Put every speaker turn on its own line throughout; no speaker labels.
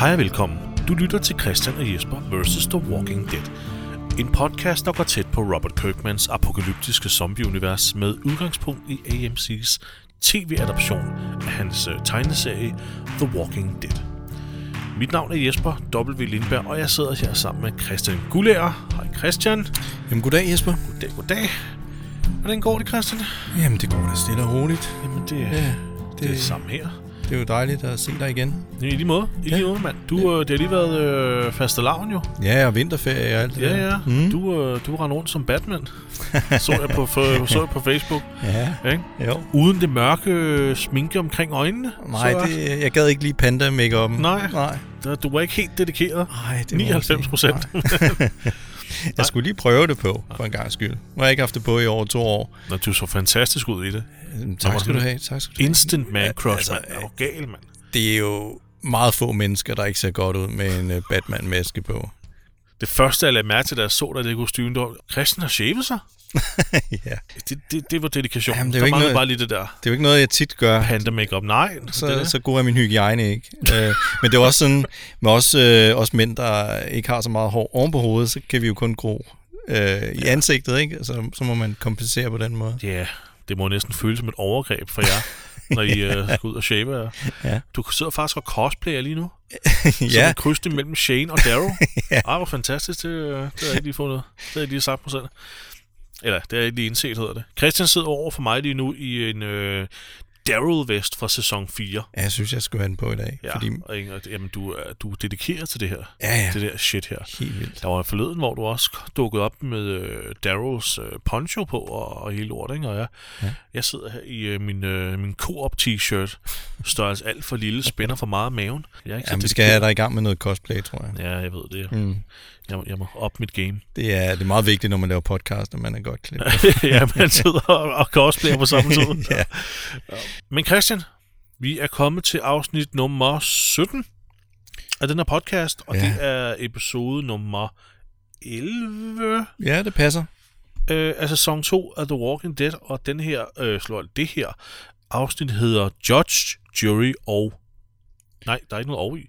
Hej og velkommen. Du lytter til Christian og Jesper vs. The Walking Dead. En podcast, der går tæt på Robert Kirkmans apokalyptiske zombieunivers med udgangspunkt i AMC's tv-adaption af hans øh, tegneserie The Walking Dead. Mit navn er Jesper W. Lindberg, og jeg sidder her sammen med Christian Gullager. Hej Christian.
Jamen goddag Jesper.
Goddag, goddag. Hvordan går det, Christian?
Jamen det går da stille og roligt.
Jamen, det,
Ja,
det, det er sammen her.
det er jo dejligt at se dig igen.
I lige måde, i lige
Ja.
måde, mand. Du, øh, det har lige været øh, faste lavn, jo.
Ja, og vinterferie og alt det
Ja,
der.
ja. Mm. Du, øh, du render rundt som Batman. så jeg på, f- så jeg på Facebook.
Ja,
Ikke?
jo.
Uden det mørke øh, sminke omkring øjnene.
Nej,
så,
det, jeg gad ikke lige panda make -up'en.
Nej.
Nej.
Der, du var ikke helt dedikeret.
Nej, det må man
99
sige.
procent.
Nej. Jeg skulle lige prøve det på, for en gangs skyld. Nu har jeg ikke haft det på i over to år.
Når du så fantastisk ud i det.
Jamen, tak skal du have, tak skal du have.
Instant man crush,
altså,
mand. Er du gal, mand?
Det er jo meget få mennesker, der ikke ser godt ud med en øh, Batman-maske på.
Det første, jeg lagde mærke til, da jeg så dig i det kostyme, det var, Christian har shavet sig.
ja.
Det, det, det var dedikation. Jamen,
Jamen, det
det
er jo
der
ikke
manglede
noget-
bare lige det der
Det er jo ikke noget, jeg tit gør.
panda makeup. Nej,
så,
det, er
det
det.
så god er min hygiejne ikke. øh, men det er jo også sådan, med os, øh, os mænd, der ikke har så meget hår oven på hovedet, så kan vi jo kun gro øh, i ansigtet, ikke? Så, så må man kompensere på den måde.
Ja, det må næsten føles som et overgreb for jer, når I øh, skal ud og shape jer.
Ja.
Du sidder faktisk og cosplayer lige nu. Som
ja,
et kryds mellem Shane og Darrow. ja. Ej, hvor fantastisk. Det, øh, det har jeg ikke lige fundet. Det har jeg ikke lige sagt mig selv. Eller, det har jeg ikke lige indset, hedder det. Christian sidder over for mig lige nu i en øh, Daryl-vest fra sæson 4.
ja, jeg synes, jeg skulle have den på i dag. Ja. Fordi,
og, en- og, jamen, du, er- du er dedikeret til det her.
ja, ja,
Det der shit her.
helt vildt.
Der var forleden, hvor du også dukkede op med øh, Daryls øh, poncho på og, og hele lort, ikke? Og jeg, ja. jeg sidder her i øh, min, øh, min Coop t-shirt, størrelse alt for lille, spænder for meget af maven. Jeg er ikke så
Jamen, vi skal
dedikeret.
have dig i gang med noget cosplay, tror jeg.
Ja, jeg ved det.
Mm.
Jeg, må- jeg må op mit game.
Det, er, det er meget vigtigt, når man laver podcast, at man er godt klippet.
ja, man sidder og, og cosplayer på samme tid.
ja.
Men Christian, vi er kommet til afsnit nummer 17 af den her podcast, og ja.
Ja.
det er episode nummer 11
ja, det passer.
øh, af sæson 2 af The Walking Dead, og den her, øh, slår det her afsnit hedder Judge, Jury og... Nej, der er ikke noget over i.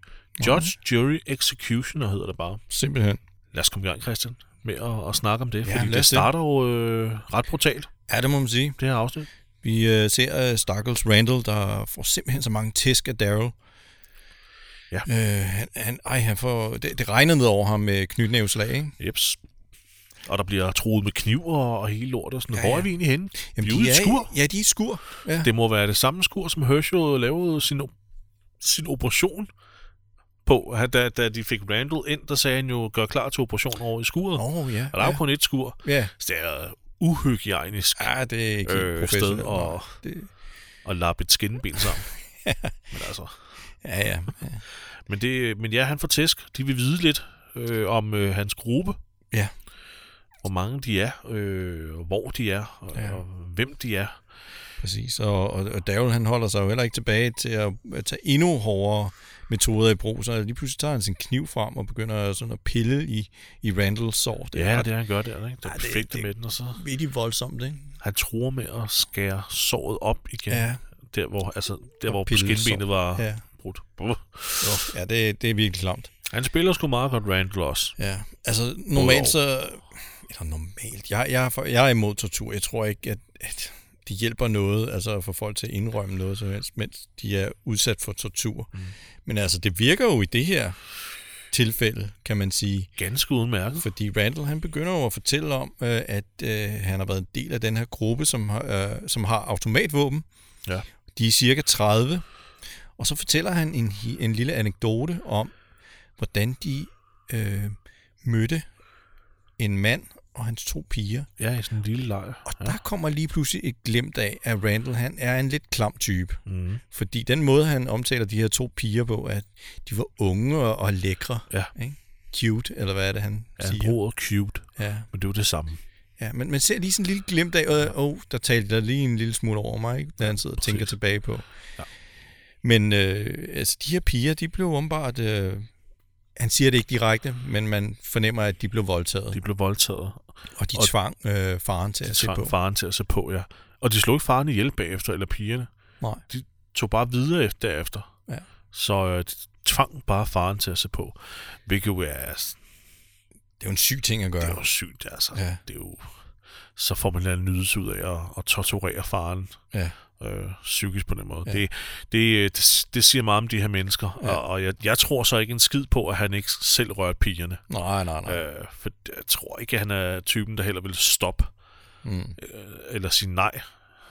Judge, Jury, Executioner hedder det bare.
Simpelthen.
Lad os komme i gang, Christian, med at, at snakke om det,
Ja,
ja, fordi
lad
det
os det.
starter jo øh, ret brutalt,
Ja, det må man sige.
det her afsnit.
Vi øh, ser øh, Starkles Randall, der får simpelthen så mange tæsk af Daryl.
Ja.
Øh, han, han, ej, han får, det, det regner ned over ham med knytnæveslag, ikke?
Jeps. Og der bliver troet med kniver og hele lortet. og Sådan, ja,
Ja,
ja. Hvor er
ja.
vi egentlig henne? Jamen, vi er
de
ude i et skur.
Ja, de er i et skur. Ja. Det.
Det må være det samme skur, som Herschel lavede sin, o- sin operation på. Han- Da, da de fik Randall ind, der sagde han jo, gør klar til operationen over i skuret.
Oh, ja.
Og der er jo
ja.
kun et skur.
ja.
Så det er uhygiejnisk
Ja, det er ikke
Øh,
øh, professionelt.
sted og-
nej. Det,
at lappe et skinben sammen. men, altså,
ja, ja, ja.
men, det, men ja, han får tæsk. De vil vide lidt øh, om øh, hans gruppe.
Ja.
Hvor mange de er, øh, og hvor de er, og, ja.
Ja.
og hvem de er.
Præcis. Og, og, og Daryl, han holder sig jo heller ikke tilbage til at, at tage endnu hårdere metoder i brug. Så lige pludselig tager han sin kniv frem og begynder sådan at pille i, i Randalls sår. Det er
Ja,
ret
det er han gør der, ikke? Det er
Ej, det-
perfekte
det-
med den, og så
vildt voldsomt, ikke?
han tror med at skære såret op igen.
Ja.
Der hvor, altså, der, hvor
pille
skinbenet
sår.
var ja.
Ja,
brudt. Buh.
jo, ja det, det er virkelig klamt.
Han spiller sgu meget godt Randall også.
Ja, altså
år.
normalt så... Eller normalt, jeg, jeg, er for, jeg er imod tortur. Jeg tror ikke, at, at det hjælper noget, altså at få folk til at indrømme noget som helst, mens de er udsat for tortur. Mm. Men altså, det virker jo i det her tilfælde, kan man sige.
Ganske udmærket.
Fordi Randall, han begynder jo at fortælle om, øh, at øh, han har været en del af den her gruppe, som har, øh, som har automatvåben.
Ja.
De er cirka 30. Og så fortæller han en, hi- en lille anekdote om, hvordan de øh, mødte en mand og hans to piger.
Ja, i sådan en lille lejr.
Og ja. der kommer lige pludselig et glimt af, at Randall han er en lidt klam type.
Mm.
Fordi den måde, han omtaler de her to piger på, at de var unge og, og lækre.
Ja.
Ikke? Cute, eller hvad er det, han
Ja, han
siger?
bruger ordet cute,
Ja.
men det er jo det samme.
Ja, men man ser lige sådan en lille glimt af, åh, øh, oh, der talte der lige en lille smule over mig, ikke? da han sidder og tænker
præcis.
tilbage på.
Ja.
Men øh, altså, de her piger, de blev åbenbart, øh, han siger det ikke direkte, men man fornemmer, at de blev voldtaget,
De blev voldtaget
og de
og-
tvang øh, faren til at se på.
tvang faren til at se på, ja. Og de slog ikke faren ihjel bagefter, eller pigerne.
Nej.
De tog bare videre efter, derefter.
Ja.
Så øh, tvang bare faren til at se på. Hvilket jo er,
Det er jo en syg ting at
det er
gøre.
jo sygt, altså.
Ja.
Det er jo, så får man en eller anden nydelse ud af at, at torturere faren
Ja.
øh, psykisk på den måde.
Ja.
Ja. Det, det, øh, det, det siger meget om de her mennesker, ja. og, og jeg, jeg tror så ikke en skid på, at han ikke selv rørte pigerne.
Nej, nej, nej.
Øh, for jeg tror ikke, at han er typen, der heller vil stoppe
Mm.
øh, eller sige nej,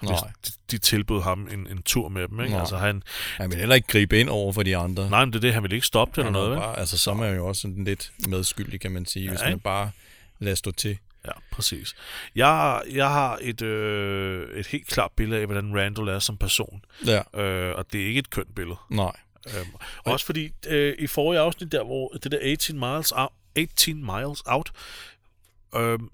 hvis
Nej.
de, de tilbød ham en, en tur med dem. Ikke?
Nej.
Altså, han,
Han vil heller ikke gribe ind over for de andre.
nej, men det er det, han vil ikke stoppe det eller
Han er
noget.
jo
vel?
bare, altså, så er man jo også sådan lidt medskyldig, kan man sige, ja, hvis
ikke?
man bare lader stå til.
Ja, præcis. Jeg, jeg har et, øh, et helt klart billede af, hvordan Randall er som person,
Ja,
øh, og det er ikke et kønt billede.
nej.
Øhm, også fordi øh, i forrige afsnit, der hvor det der 18 miles out, 18 miles out øhm,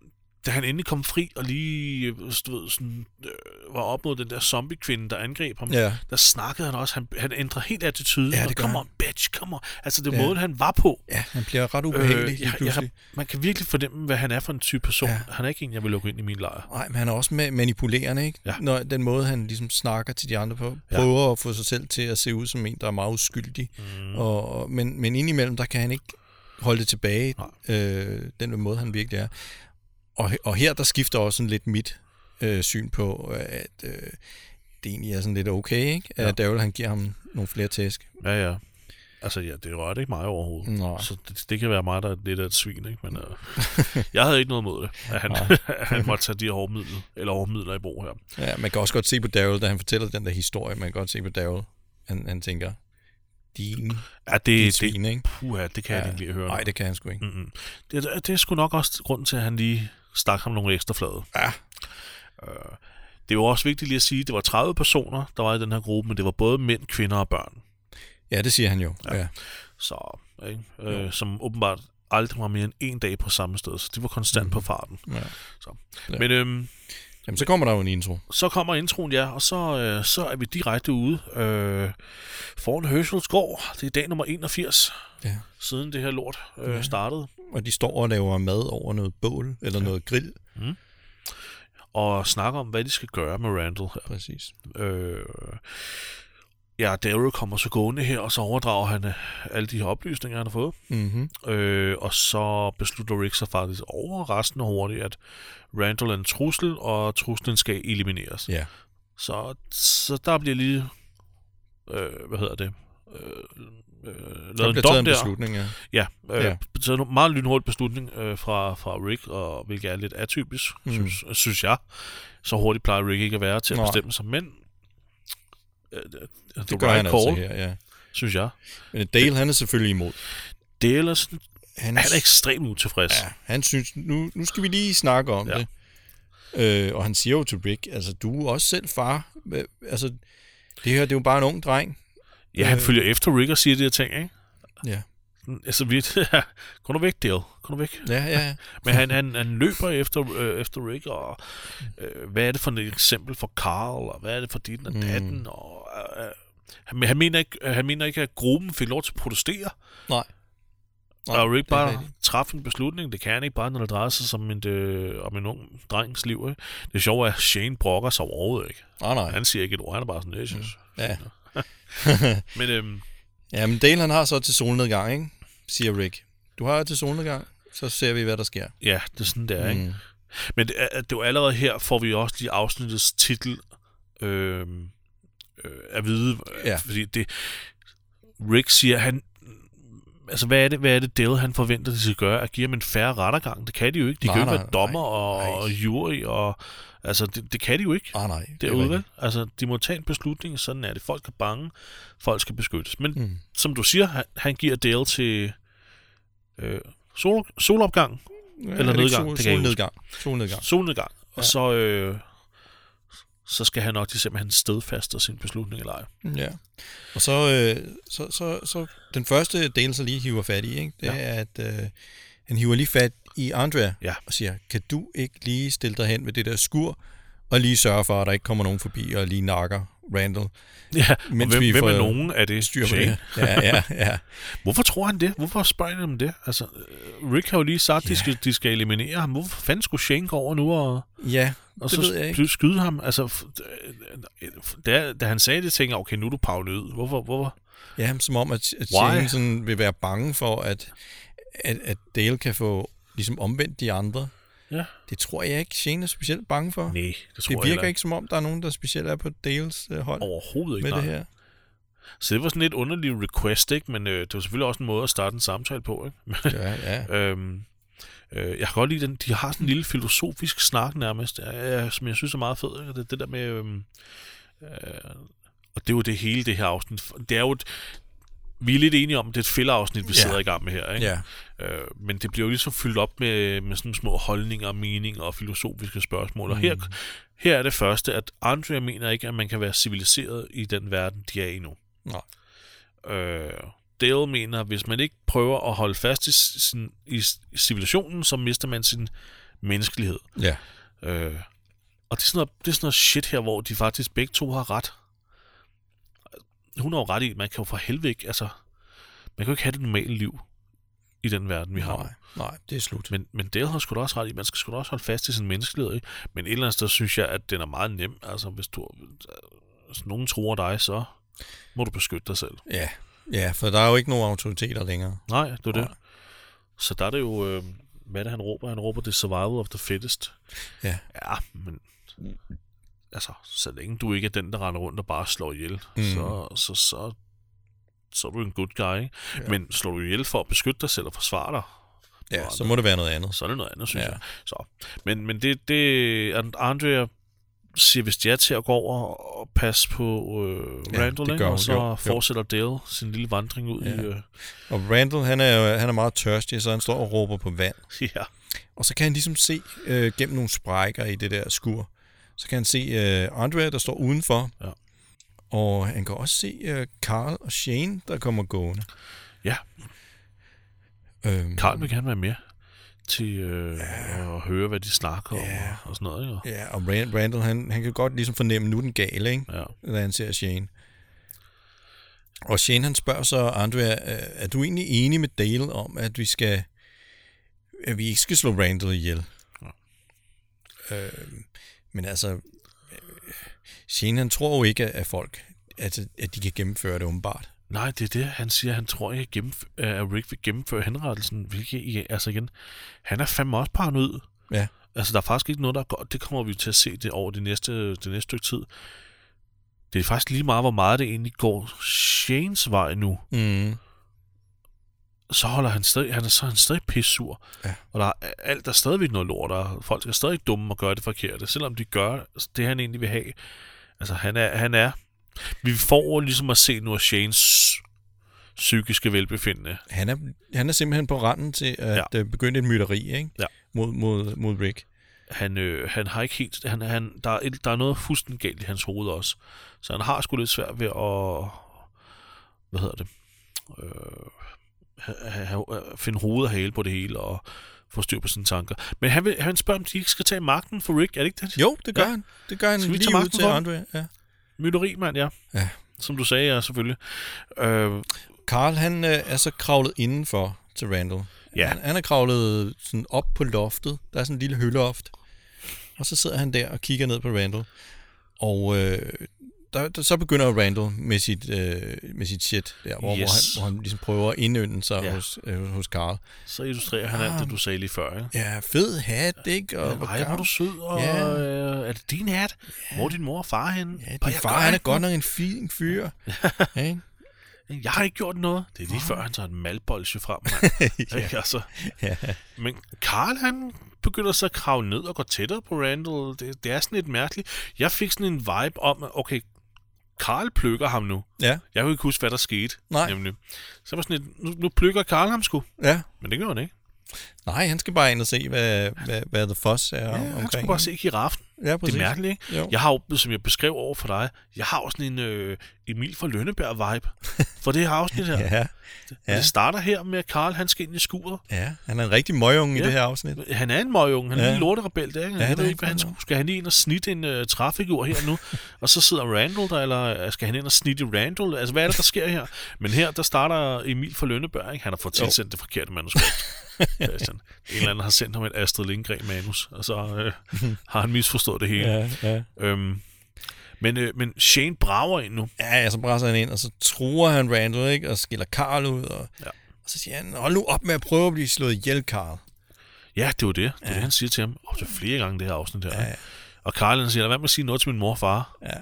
da han endelig kom fri og lige øh, du ved, sådan, øh, var op mod den der zombie-kvinde, der angreb ham,
Ja.
der snakkede han også. Han, han ændrer helt attitude.
Ja, det gør
kom
han.
on, bitch, come on. Altså det
Ja.
ja. måde, han var på.
Ja, han bliver ret ubehagelig øh, lige
jeg, jeg, har-
pludselig.
man kan virkelig fornemme, hvad han er for en type person.
Ja.
Ja. Han er ikke en, jeg vil lukke ind i min lejr.
Nej, men han er også ma- manipulerende, ikke?
Ja.
Når den måde, han ligesom snakker til de andre på,
Ja.
prøver at få sig selv til at se ud som en, der er meget uskyldig. Mm. Og, og- men, men indimellem, der kan han ikke holde det tilbage, øh, den måde, han virkelig er. Og, he- og her, der skifter også sådan lidt mit øh, syn på, øh, at øh, det egentlig er sådan lidt okay, ikke? At Daryl, han giver ham nogle flere tæsk.
Ja, ja. Altså, ja, det rørte ikke mig overhovedet.
Mm. Nej.
Så det, det kan være mig, der er lidt af et svin, ikke? Men øh, jeg havde ikke noget mod det, at han, at han måtte tage de her hårde midler, eller hårde midler i brug her.
Ja, man kan også godt se på Daryl, da han fortæller den der historie, man kan godt se på Daryl, han, han tænker, din
Ja, det, det, det,
svin, ikke?
puha, det Mm. kan ja. jeg ikke lige høre.
Nej, det kan han sgu ikke.
Mm-mm. Det, det er sgu nok også grunden til, at han lige stak ham nogle ekstra flade.
Ja.
Øh, det er jo også vigtigt lige at sige, at det var 30 personer, der var i den her gruppe, men det var både mænd, kvinder og børn.
Ja, det siger han jo. Ja. ja.
Så, ikke? Øh, som åbenbart aldrig var mere end en dag på samme sted, så de var konstant mm. på farten.
ja.
Så.
Ja.
Ja. Men øhm,
Jamen, så kommer der jo en intro.
så kommer introen, ja, og så, øh, så er vi direkte ude øh, foran Herschels gård. Det er dag nummer 81,
Ja.
siden det her lort øh,
Ja.
startede.
Og de står og laver mad over noget bål, eller ja. noget grill.
Og snakker om, hvad de skal gøre med Randall.
Præcis.
Øh, ja, Daryl kommer så gående her, og så overdrager han øh, alle de her oplysninger, han har fået.
Mm-hmm.
Øh, og så beslutter Rick sig faktisk overraskende hurtigt, at Randall er en trussel, og truslen skal elimineres.
Ja.
Så, så der bliver lige, øh, hvad hedder det, øh, øh,
Der
lavet
bliver
en
taget
dom
en
der.
beslutning, ja.
Ja, øh,
Ja.
ja. taget en meget lynhurtig beslutning øh, fra, fra Rick, og hvilket er lidt atypisk,
Mm.
mm. synes, synes jeg. Så hurtigt plejer Rick ikke at være til at
Nej.
bestemme sig, men øh, det, det
Det
right
gør han
call,
altså her, ja.
synes jeg.
Men Dale, han er selvfølgelig imod.
Det er ellers, han er
s-
ekstremt utilfreds.
ja, han synes, nu, nu skal vi lige snakke om
Ja.
ja. det. Øh, og han siger jo til Rick, altså, du er også selv far. Hva- Altså, det her, det er jo bare en ung dreng.
Ja, han
Øh.
følger efter Rick og siger de her ting, ikke?
Ja.
Mm, Altså, vi, kun du væk, Dale. Kun du væk.
Ja, ja,
Men han, han, han løber efter, øh, efter Rick, og øh, hvad er det for et eksempel for Carl, og hvad er det for dit og
Mm.
datten, og... Øh, øh, han, han, mener ikke, han mener ikke, at gruppen fik lov til at protestere,
Nej.
Nej, og Rick
det er
bare
rigtigt.
træffe en beslutning. Det kan han ikke bare, når det drejer sig som en, øh, om en ung drengs liv. Ikke? Det sjove er, at Shane brokker sig overhovedet ikke.
Nej, Ah, nej.
Han siger ikke et ord, han er bare sådan, jeg synes.
Ja.
Men øhm,
ja, men Dale, han har så til solnedgang, ikke? Siger Rick. Du har til solnedgang, så ser vi, hvad der sker.
ja, det er sådan, det er. Ikke?
Mm.
Men det er, det er jo allerede her, får vi også lige afsnittets titel øh, øh, at vide.
Ja.
Ja. Fordi det, Rick siger, han, altså hvad er det, hvad er det Dale, han forventer, de skal gøre? At give ham en færre rettergang? Det kan de jo ikke. De
Nej,
kan jo
nej,
ikke være dommer
nej, nej.
og, og jury. Og, altså, det, det kan de jo ikke
Ah, nej. det er
derude.
rigtigt.
vel? Altså, de må tage en beslutning, sådan er det. Folk er bange, folk skal beskyttes. Men
Mm.
mm. som du siger, han, han giver Dale til øh, sol, solopgang,
Ja,
Eller
er det ikke
nedgang,
Sol,
det kan jeg ikke
solnedgang. Solnedgang.
solnedgang, og
Ja.
så, øh, så skal han nok de simpelthen stedfaste sin beslutning eller ej.
Ja. Og så, øh, så, så, så den første del, så lige hiver fat i, ikke? det ja.
Ja.
er, at øh, han hiver lige fat i Andrea
Ja.
og siger, kan du ikke lige stille dig hen ved det der skur, og lige sørge for, at der ikke kommer nogen forbi og lige nakker Randall.
Ja,
Mens
Mens hvem,
vi
vi hvem
får
er nogen af det?
Styr på
Shane?
det. Ja, ja, ja.
Hvorfor tror han det? Hvorfor spørger han om det? Altså, øh, Rick har jo lige sagt, at
Ja.
de skal, de skal eliminere ham. Hvorfor fanden skulle Shane gå over nu og,
Ja,
og
det
så
ved jeg ikke.
sky- skyde ham? Altså, f- øh, øh, da, da han sagde det, tænkte jeg, okay, nu er du pavlet ud. Hvorfor? hvorfor?
Ja, som om, at, at
Why?
Shane sådan vil være bange for, at, at, at Dale kan få ligesom omvendt de andre.
Ja.
Det tror jeg ikke, Shane er specielt bange for.
Nej, det tror
det
jeg heller
virker ikke, som om der er nogen, der specielt er på Dales øh, hold
Overhovedet ikke,
med
nej.
det her.
Så det var sådan lidt underlig request, ikke? Men øh, det var selvfølgelig også en måde at starte en samtale på, ikke? Men,
Ja, ja.
Øhm, øh, jeg kan godt lide den. De har sådan en lille filosofisk snak nærmest, øh, som jeg synes er meget fed. ikke? Det, det der med... Øhm, øh, og det er jo det hele, det her afsnit. Det er jo et, vi er lidt enige om, at det er et fældeafsnit, vi
Ja.
sidder i gang med her. Ikke?
ja.
Øh, men det bliver jo ligesom fyldt op med, med sådan små holdninger, meninger og filosofiske spørgsmål. Og her, her er det første, at Andrea mener ikke, at man kan være civiliseret i den verden, de er i nu.
Nej.
Øh, Dale mener, at hvis man ikke prøver at holde fast i, s- sin, i s- civilisationen, så mister man sin menneskelighed.
ja.
Øh, og det er, sådan noget, det er sådan noget shit her, hvor de faktisk begge to har ret. Hun har jo ret i, at man kan jo for helvede ikke, altså, man kan jo ikke have det normale liv i den verden, vi har.
Nej, nej, det er slut.
Men, men Dale har sgu da også ret i, man skal sgu da også holde fast i sin menneskelighed. Ikke? Men et eller andet sted synes jeg, at den er meget nem. Altså, hvis, du, hvis nogen tror dig, så må du beskytte dig selv.
Ja. ja, for der er jo ikke nogen autoriteter længere.
Nej, det er det.
Nej.
Så der er det jo, øh, hvad er det han råber? Han råber, det er survival of the fittest.
Ja.
Ja, men altså, så længe du ikke er den, der render rundt og bare slår ihjel, mm.
Mm.
så, så, så, så er du en good guy. Ikke? Ja. Men slår du ihjel for at beskytte dig selv og forsvare dig,
Ja, så må det være noget andet.
så er det noget andet, synes ja.
Ja.
jeg. Så. Men, men det, det And- Andrea siger vist ja til at gå over og passe på øh,
Ja,
Randall,
det
ikke?
gør
og
hun.
så
Jo, jo.
fortsætter Dale sin lille vandring ud ja. i... Øh,
Og Randall, han er, jo- han er meget tørstig, så han står og råber på vand.
ja.
Og så kan han ligesom se øh, gennem nogle sprækker i det der skur. Så kan han se øh, Andrea, der står udenfor.
Ja.
Og han kan også se øh, Carl og Shane, der kommer gående.
Ja.
Øhm,
Karl vil gerne være med til øh, ja. at høre, hvad de snakker ja.
Ja.
om og sådan noget. Ikke?
Ja, og Rand, Randall, han, han kan godt ligesom fornemme, nu er den gale, ikke?
Ja.
da han ser Shane. Og Shane han spørger så Andrea, øh, er du egentlig enig med Dale om, at vi skal at vi ikke skal slå Randall ihjel? Øh, men altså, øh, Shane han tror jo ikke, at- at folk at, at de kan gennemføre det åbenbart.
Nej, det er det, han siger. Han tror ikke, at, gennemf- øh, at Rick vil gennemføre henrettelsen. Hvilket, i- altså igen, han er fandme også paranoid.
Ja.
Altså, der er faktisk ikke noget, der går. Det kommer vi til at se det over det næste, det næste stykke tid. Det er faktisk lige meget, hvor meget det egentlig går Shanes vej nu.
Mm.
Så holder han stadig, han er, så er han stadig pissur.
Ja.
Og der er, alt der er stadigvæk noget lort, og folk er stadig dumme og gør det forkerte, selvom de gør det, han egentlig vil have. Altså, han er, han er vi får ligesom at se nu af Shanes psykiske velbefindende.
Han, er, han er simpelthen på randen til at ja. begynde et myteri ikke?
Ja.
Mod, mod, mod Rick.
han, øh, han har ikke helt... Han, han, der, er, et- der er noget fuldstændig galt i hans hoved også. Så han har sgu lidt svært ved at... Hvad hedder det? Øh, ha- ha- ha- finde hoved og hale på det hele og få styr på sine tanker. Men han, vil, han spørger, om de ikke skal tage magten for Rick. Er det ikke det?
Jo, det gør
Ja.
ja. han. Det gør han
Skal vi tage
lige ud
magten
til
for ham?
Andrea. Ja.
Myteri, mand, ja.
Ja.
Som du sagde, ja, selvfølgelig. Øh,
Carl, han øh, er så kravlet indenfor til Randall.
Ja.
Han, han er kravlet sådan op på loftet. Der er sådan en lille hyldeloft. Og så sidder han der og kigger ned på Randall. Og øh, der, der, så begynder Randall med sit, øh, med sit shit der, hvor, yes. hvor,
Yes.
han, hvor han ligesom prøver at indynde sig
Ja.
ja. hos, øh, hos Carl.
så illustrerer han alt det, du sagde lige før, ikke?
Ja, fed hat, ikke? Og,
Ej, hvor
hvor
er
gammel-
du sød, og
Ja.
øh, er det din hat? Hvor er din mor og far henne?
Ja,
Og
din
jeg
far,
gør
han er
ikke
godt nok en fin fyr. ja. ikke?
Jeg har ikke gjort noget. Det er lige før, han tager en malbolge frem. mand. Ikke, altså.
Ja.
Men Karl, han begynder så at kravle ned og gå tættere på Randall. Det, det er sådan lidt mærkeligt. Jeg fik sådan en vibe om, at okay, Karl plukker ham nu.
ja,
Jeg kan ikke huske, hvad der skete.
Nej.
Nemlig. Så var sådan lidt, nu, nu plukker Karl ham sgu.
ja.
Men det gør han ikke.
Nej, han skal bare ind og se, hvad, hvad, hvad The Fuss er ja,
Ja,
om,
han
omkring.
skulle bare se giraffen.
Ja,
Det
præcis.
er mærkeligt, ikke?
Jo.
Jeg har jo, som jeg beskrev over for dig, jeg har jo sådan en øh, Emil fra Lønneberg-vibe for det her afsnit her.
Ja,
ja.
ja.
Det starter her med, at Karl han skal ind i skuret,
ja. Han er en rigtig møgunge ja.
Ja.
i det her afsnit.
Han er en møgunge, han er
Ja.
ja. en lorterebel, det er, ikke?
Ja,
Jeg
det
ved
er
ikke, hvad han
han
skulle. Skal han ind og snitte en uh, træfigur her nu? og så sidder Randall der, eller øh, skal han ind og snitte Randall? Altså, hvad er det, der sker her? Men her, der starter Emil fra Lønneberg, ikke? Han har fået
Jo.
tilsendt det forkerte manuskript. Christian. En eller anden har sendt ham et Astrid Lindgren-manus, og så øh, har han misforstået det hele.
ja.
Øhm, Men, øh, men Shane brager ind nu.
Ja, ja, så brænder han ind, og så truer han Randall, ikke? Og skiller Carl ud, og,
Ja.
ja. og så siger han, hold nu op med at prøve at blive slået ihjel, Carl.
Ja, det var det. Det er det, han siger til ham. Og så flere gange det her afsnit her. Ja. Og Karl han siger, lad være med at sige noget til min mor og far.
Ja,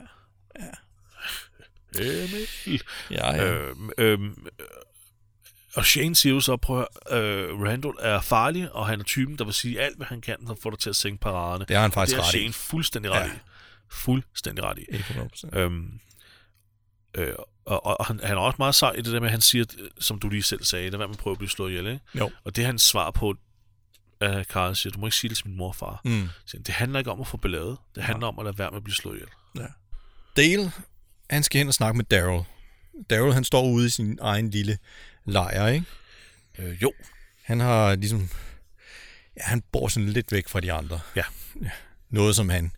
Emil.
ja, ja. Øh.
Øhm, øhm, øh, og Shane siger jo så, prøv at høre, øh, Randall er farlig, og han er typen, der vil sige alt, hvad han kan, for at få dig til at sænke paraderne.
Det har han
Og
faktisk
det er
ret i.
Shane fuldstændig ret
Ja.
i. Fuldstændig ret i.
100%.
Øhm, øh, og, og han, han er også meget sej i det der med, at han siger, øh, som du lige selv sagde, der var man prøver at blive slået ihjel, ikke?
Jo.
Og det er hans svar på, at Karl siger, du må ikke sige det til min mor og far.
Mm.
Siger, han, det handler ikke om at få ballade, det handler om at lade være med at blive slået ihjel.
Dale, han skal hen og snakke med Daryl. Daryl, han står ude i sin egen lille lejr, ikke?
Øh, jo,
Han har ligesom... Ja, han bor sådan lidt væk fra de andre.
Ja.
Noget, som han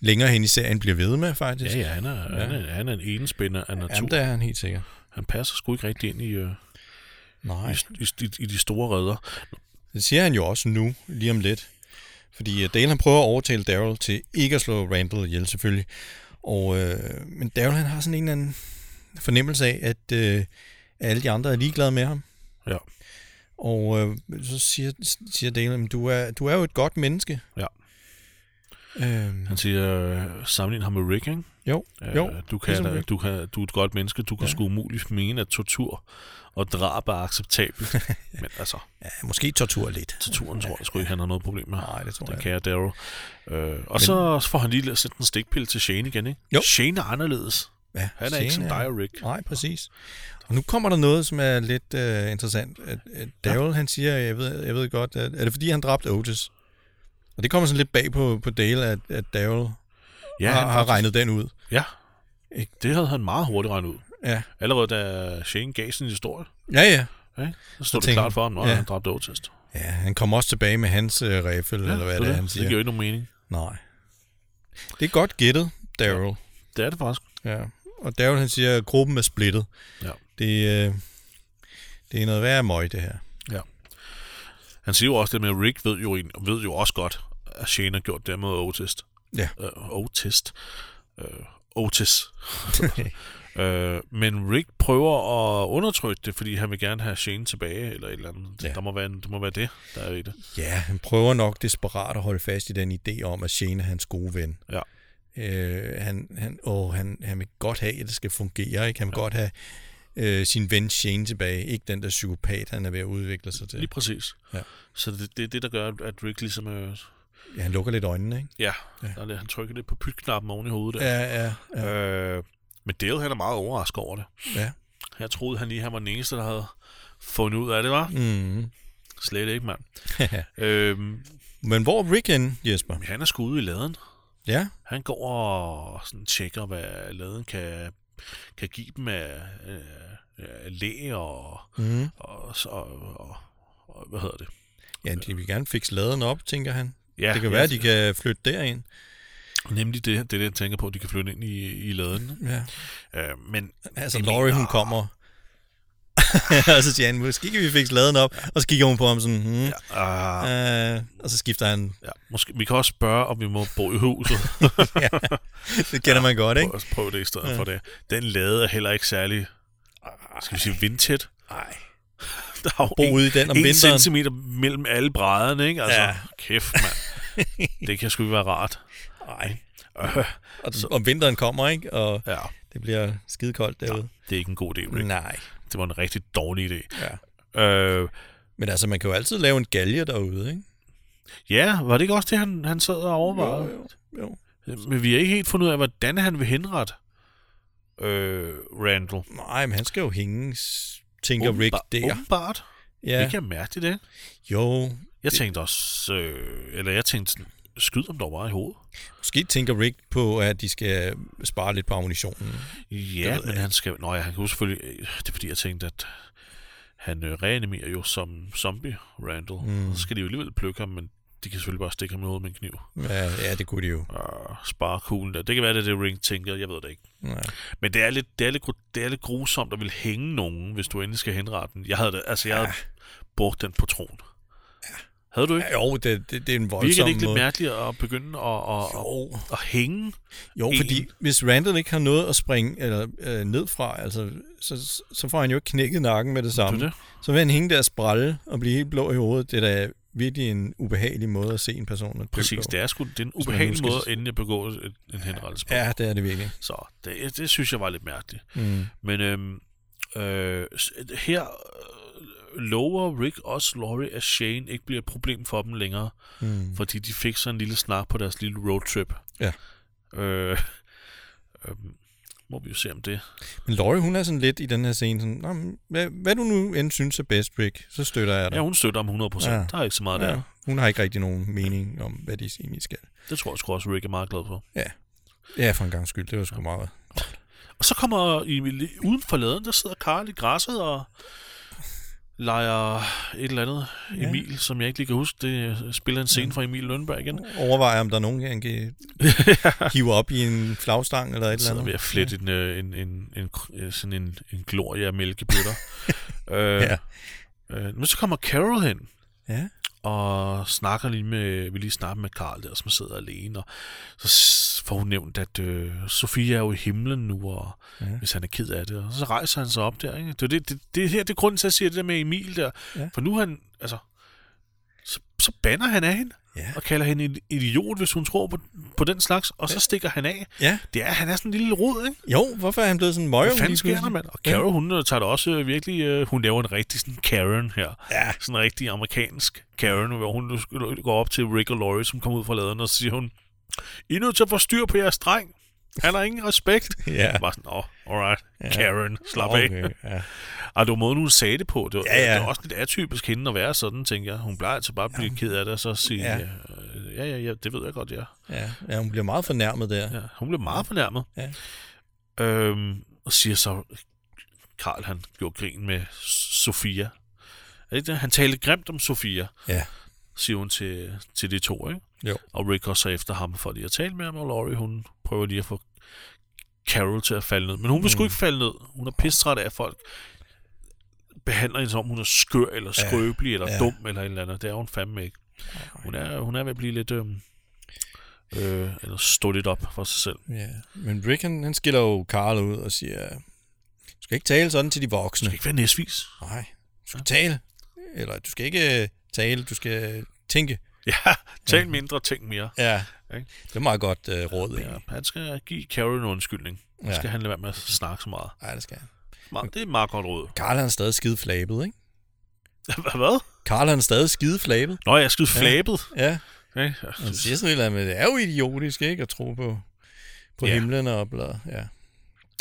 længere hen i serien bliver ved med, faktisk.
ja, ja, han er, ja. Han er, han er en enespænder af natur.
Jamen, det er han helt sikkert.
Han passer sgu ikke rigtig ind i, øh,
Nej.
i, i, i de store redder.
Det siger han jo også nu, lige om lidt. Fordi øh, Dale han prøver at overtale Daryl til ikke at slå Randall ihjel selvfølgelig. Og, øh, men Daryl han har sådan en eller anden fornemmelse af, at øh, alle de andre er ligeglade med ham.
Ja.
Og øh, så siger, siger Dale, "Men du er, du er jo et godt menneske.
Ja.
Øhm,
Han siger, øh, sammenlign ham med Rick, ikke?
jo,
Øh,
jo.
du, kan,
ligesom
da-
Rick.
du, kan, du er et godt menneske. Du kan ja. sgu umuligt mene, at tortur og drab er acceptabelt. Men altså,
Ja, måske tortur lidt.
torturen tror jeg sgu ikke, han har noget problem med.
Nej, det tror
Den
jeg.
kære Daryl. Øh, og så får han lige sendt en stikpille til Shane igen, ikke?
Jo.
Shane er anderledes.
Ja,
Han er ikke som
scenen
dig og Rick.
Nej, præcis. Og nu kommer der noget, som er lidt øh, interessant. At, at Daryl, ja. han siger, jeg ved, jeg ved godt, at, er det fordi, han dræbte Otis? Og det kommer sådan lidt bag på, på Dale, at, at Daryl ja, har,
han
har
faktisk-
regnet den ud.
Ja,
Ikke?
det havde han meget hurtigt regnet ud.
Ja,
Allerede da Shane gav sin historie,
ja. ja.
ikke? så stod det
tænkte
klart for ham, at
ja.
han dræbte Autist.
Ja, han kommer også tilbage med hans øh, ræffel, ja, eller hvad det er, han
det giver
siger.
jo ikke nogen mening.
Nej. Det er godt gættet, Daryl.
Det er det faktisk.
Ja. Og Daryl, han siger, at gruppen er splittet.
Ja.
Det, øh, det er noget værre møg, det her.
Han siger jo også det med, at Rick ved jo, en- ved jo også godt, at Shane har gjort det med Otis.
Ja.
Øh, Otis. Øh, Otis. øh, men Rick prøver at undertrykke det, fordi han vil gerne have Shane tilbage, eller et eller andet. Ja.
Ja.
Der må være, en, det må være det, der er i det.
Ja, han prøver nok desperat at holde fast i den idé om, at Shane er hans gode ven.
Ja.
Øh, han, han, åh, han, han vil godt have, at det skal fungere. Ikke? Han vil ja. godt have øh, sin ven Shane tilbage. Ikke den der psykopat, han er ved at udvikle sig
Lige
til.
præcis.
Ja.
Så det, det er det, der gør, at Rick ligesom... Øh,
Ja, han lukker lidt øjnene, ikke?
ja, ja. Der, er lidt- han trykker lidt på pytknappen oven i hovedet. Der.
Ja, ja, ja.
Øh, men Dale, han er meget overrasket over det.
ja.
Jeg troede, han lige han var den eneste, der havde fundet ud af det, var.
Mm.
Slet ikke, mand. øhm,
Men hvor er Rick henne, Jesper?
han er sgu ude i laden.
Ja,
Han går og sådan tjekker, hvad laden kan, kan give dem af, øh, af læ og,
Mhm.
og, så- og, og, og, hvad hedder det?
ja de vil gerne fikse laden op, tænker han.
Ja,
det kan
ja.
være, de kan flytte derind.
Nemlig det, det er det, jeg tænker på, at de kan flytte ind i, i laden.
Ja.
Øh, men
Altså,
Det
Laurie, hun kommer. og så siger han, måske kan vi fikse laden op. Og så kigger hun på ham sådan, hmm,
øh,
Øh, og så skifter han.
ja, måske, vi kan også spørge, om vi må bo i huset.
Det kender man godt, ikke?
prøv, prøv det i stedet ja. for det. Den lade er heller ikke særlig, skal vi sige, vindtæt.
Nej.
Der er jo
Bo
en-
ude i den om
en
vinteren.
centimeter mellem alle brædderne, ikke? Altså, ja.
Ja.
kæft, mand. Det kan sgu ikke være rart.
Nej.
Øh,
Og den- om vinteren kommer, ikke? Og
ja,
det bliver skide koldt derude.
det er ikke en god idé, Rick.
Nej.
Det var en rigtig dårlig idé.
Ja.
Øh,
Men altså, man kan jo altid lave en galge derude, ikke?
ja, var det ikke også det, han, han sad og overvejede?
jo. jo.
Men vi har ikke helt fundet ud af, hvordan han vil henrette øh, Randall.
Nej, men han skal jo hænge, s- tænker Rick
Åbenbar-
der.
Åbenbart. Ja.
Ja.
Det kan jeg mærke, det er.
Jo.
Jeg tænkte også, øh, eller jeg tænkte sådan, skyd ham dog bare i hovedet.
Måske tænker Rick på, at de skal spare lidt på ammunitionen.
Ja, men han skal... Nå ja, han kan jo selvfølgelig... Det er fordi, jeg tænkte, at han øh, reanimerer jo som zombie, Randall. Mm. Så skal de jo alligevel plukke ham, men de kan selvfølgelig bare stikke ham i hovedet med en kniv.
Ja, ja det kunne de jo.
Og spare kuglen der. Det kan være, det er det, Ring tænker. Jeg ved det ikke.
Ja.
Men det er lidt, det er lidt, gru- det er lidt grusomt at vil hænge nogen, hvis du endelig skal henrette den. Jeg havde, da- altså, jeg havde brugt den på troen. Ja. Havde du ikke?
Ja, Jo, det, det, det er en voldsom
Virker det ikke lidt
måde.
mærkeligt at begynde at, at, at,
Jo,
at hænge?
jo
en-
fordi hvis Randall ikke har noget at springe eller, øh, ned fra, altså, så, så får han jo ikke knækket nakken med det
Du
samme.
det?
Så vil han hænge der og sprælle og blive helt blå i hovedet. Det er da virkelig en ubehagelig måde at se en person. at dø
Præcis,
på.
det er sgu det er en
man
ubehagelig
husker
måde
sig-
inden jeg begå en, en henrettelse på.
Ja, det er det virkelig.
Så det, det synes jeg var lidt mærkeligt.
Mm.
Men øhm, øh, s- her øh, lover Rick også Laurie, at Shane ikke bliver et problem for dem længere,
Mm.
fordi de fik så en lille snak på deres lille roadtrip.
Ja.
Øh, øh, må vi jo se om det.
Men Laurie, hun er sådan lidt i den her scene, sådan, Nå, men hvad, hvad du nu end synes er bedst, Rick, så støtter jeg dig.
Ja, hun støtter om 100%. Ja.
Ja.
Der er ikke så meget ja. der.
Hun har ikke rigtig nogen mening om, hvad de egentlig skal.
Det tror jeg sgu også, Rick er meget glad for.
Ja, for en gang skyld, det var sgu meget.
Og så kommer Emil uden for laden, der sidder Karl i græsset og leger et eller andet
Ja.
Emil, som jeg ikke lige kan huske. Det øh, spiller en scene fra Emil Lønberg igen.
Overvej, om der er nogen, han kan hive op i en flagstang eller et eller
sidder
andet.
ved at flette en, øh, en, en, en, kr- øh, sådan en, en glorie af mælkebøtter. øh,
Ja.
øh, men så kommer Carol hen
Ja.
og snakker lige med, vi lige snakke med Carl der, som sidder alene, og så s- får hun nævnt, at øh, Sofia er jo i himlen nu, og ja.
Ja.
hvis han er ked af det, og så rejser han sig op der. Ikke? Det, er det, det, det, er her, det er grunden til, at jeg siger det der med Emil der, ja.
Ja.
for nu er han, altså, så, så banner han af hende,
Ja.
og kalder hende en idiot, hvis hun tror på, på den slags, og så stikker han af.
ja.
Det er, han er sådan en lille rod, ikke?
Jo, hvorfor er han blevet sådan en møgung?
Hvad fanden
lige
sker der,
pludselig?
mand? Og Carol, hun øh, tager det også øh, virkelig... Øh, hun laver en rigtig sådan Karen her.
Ja.
Sådan en rigtig amerikansk Karen, hvor hun nu skal- går op til Rick og Laurie, som kommer ud fra laden, og så siger hun, I er nødt til at få styr på jeres dreng. Han har ingen respekt.
Ja.
Bare sådan, åh, oh, alright, Karen, slap af.
Okay, ja.
Og det var måden, hun sagde det på. Det var,
Ja, ja.
Det var også lidt atypisk hende at være sådan, tænker jeg. Hun plejer altså bare at blive ked af det, og så sige, ja.
Ja.
ja, ja, ja, det ved jeg godt, ja.
Ja. ja, hun bliver meget fornærmet der.
Ja, hun blev meget fornærmet.
Ja.
Øhm, og siger så, Karl han gjorde grin med Sofia. Er det ikke det? Han talte grimt om Sofia,
Ja.
siger hun til, til de to, ikke?
Jo.
Og Rick også er efter ham for lige at tale med ham, og Laurie, hun prøver lige at få Carol til at falde ned. Men hun vil mm. sgu ikke falde ned. Hun er pisstræt af at folk behandler hende som om hun er skør, eller
Ja.
skrøbelig, eller
Ja.
dum, eller et eller andet. Det er hun fandme ikke. Hun er, hun er ved at blive lidt... Øhm, øh, eller stå lidt op for sig selv.
ja. Men Rick, han, han skiller jo Karl ud og siger, du skal ikke tale sådan til de voksne.
Du skal ikke være næsvis.
Nej, du skal tale. Eller du skal ikke øh, tale, du skal øh, tænke.
Ja, tal mindre, tænk mere.
Ja.
Ikke?
Det er meget godt øh, råd,
Ja,
egentlig.
han skal give Carol en undskyldning. Nu
Ja.
skal han lade være med at snakke så meget.
Nej, det skal han.
Ma- Det er et meget godt råd.
Karl han er stadig skide flabet, ikke?
Hvad- Hvad?
Karl han er stadig skide flabet.
Nå, jeg skød flabet.
Ja.
Okay.
Han siger sådan et eller andet, men det er jo idiotisk, ikke? At tro på, på
Ja.
ja. himlen og bla. Ja.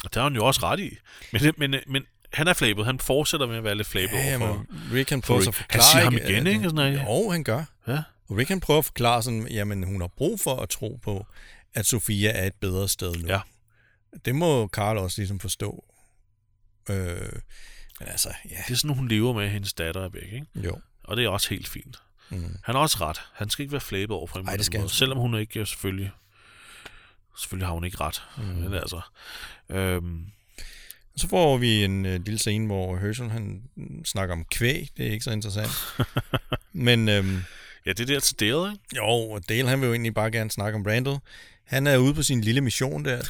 Det har han jo også ret i. Men, det- men, men han er flabet. Han fortsætter med at være lidt flabet
Ja,
overfor.
men Rick han prøver
for
så at
Rick. Han
forklare...
siger ham
ikke,
igen,
at-
ikke, og sådan noget,
Jo, han gør.
Ja.
Og Rick han prøver at forklare sådan, jamen hun har brug for at tro på, at Sofia er et bedre sted nu.
Ja.
Det må Karl også ligesom forstå. Øh, men altså, ja.
Det er sådan, hun lever med, at hendes datter er væk. Ikke?
Jo.
Og det er også helt fint.
Mm.
Han har også ret. Han skal ikke være flæbet over for hende.
Ej,
på
det
den
skal
måde.
han.
Selvom hun ikke øh, selvfølgelig... Selvfølgelig har hun ikke ret. Mm. Men altså... Øhm,
Så får vi en øh, lille scene, hvor Herschel han mm, snakker om kvæg. Det er ikke så interessant. Men øhm,
ja, det der til Dale, ikke?
jo, og Dale han vil jo egentlig bare gerne snakke om Randall. Han er ude på sin lille mission der.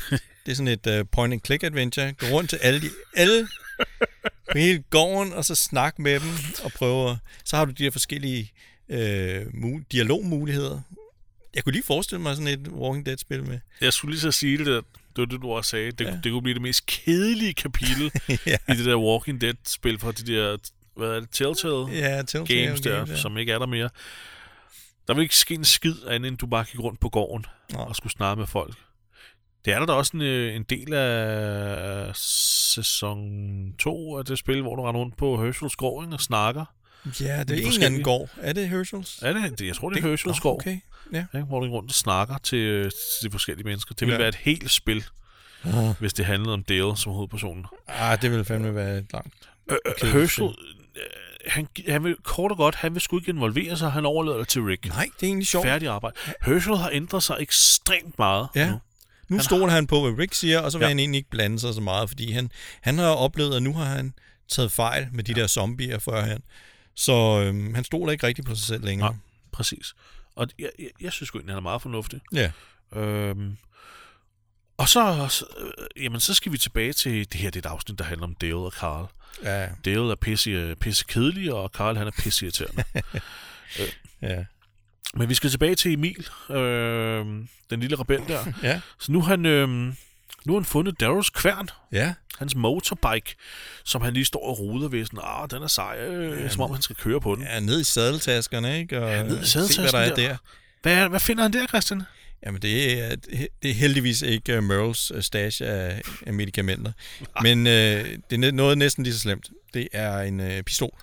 Det er sådan et øh, point-and-click-adventure. Gå rundt til alle, de, alle på hele gården, og så snak med dem og prøve. at- Så har du de her forskellige øh, mu- dialogmuligheder. Jeg kunne lige forestille mig sådan et Walking Dead-spil med.
Jeg skulle lige så sige det, der. det var det, du også sagde. Det, ja.
Ja.
det kunne blive det mest kedelige kapitel
ja,
i det der Walking Dead-spil fra de der, hvad er det, Telltale
ja, Telltale
games der,
ja.
som ikke er der mere. Der vil ikke ske en skid andet, end du bare gik rundt på gården
Nå.
og skulle snakke med folk. Det er der da også en, øh, en del af sæson 2 af det spil, hvor du render rundt på Herschels gård ikke, og snakker.
Ja, det
De
er en eller
forskellige.
anden gård. Er det Herschels?
Er det, det, jeg tror, det er
Det-
Herschels
Nå,
gård, okay.
Okay.
ikke, hvor du går rundt og snakker til, øh, til de forskellige mennesker. Det ville
Ja.
ja. være et helt spil,
Ah.
hvis det handlede om Dale som hovedpersonen.
Ah, det ville fandme være et langt.
Øh, øh,
Kedeligt
Herschel, øh, han, han vil, kort og godt, han vil sgu ikke involvere sig, han overlader det til Rick.
Nej, det er egentlig sjovt.
Færdig arbejde. Herschel har ændret sig ekstremt meget.
Ja.
nu.
Nu stoler han på, hvad Rick siger, og så vil
Ja.
ja. han egentlig ikke blande sig så meget, fordi han, han har oplevet, at nu har han taget fejl med de ja. der zombier førhen. Så øhm, han stoler ikke rigtig på sig selv længere.
præcis. Og jeg, jeg, jeg synes sgu egentlig, han er meget fornuftig.
Ja.
Øhm, og så, så, øh, jamen, så skal vi tilbage til det her, det er et afsnit, der handler om Dale og Carl.
Ja,
Dale er pisse, pisse kedelig, og Carl han er pisse irriterende.
ja.
Men vi skal tilbage til Emil, øh, den lille rebel der.
Ja,
Så nu har han, øh, nu har han fundet Darrows kværn,
ja.
hans motorbike, som han lige står og ruder ved, sådan, ah, den er sej, øh, som om han skal køre på den.
ja ned i sadeltaskerne, ikke? Og
ned i
se, hvad der
sadeltasken
er
der.
der.
Hvad, er- hvad finder han der, Christian?
Jamen, det er, det er heldigvis ikke uh, Merles øh, stash af, af medicamenter. Men øh, det er næ- noget næsten lige så slemt. Det er en øh, pistol,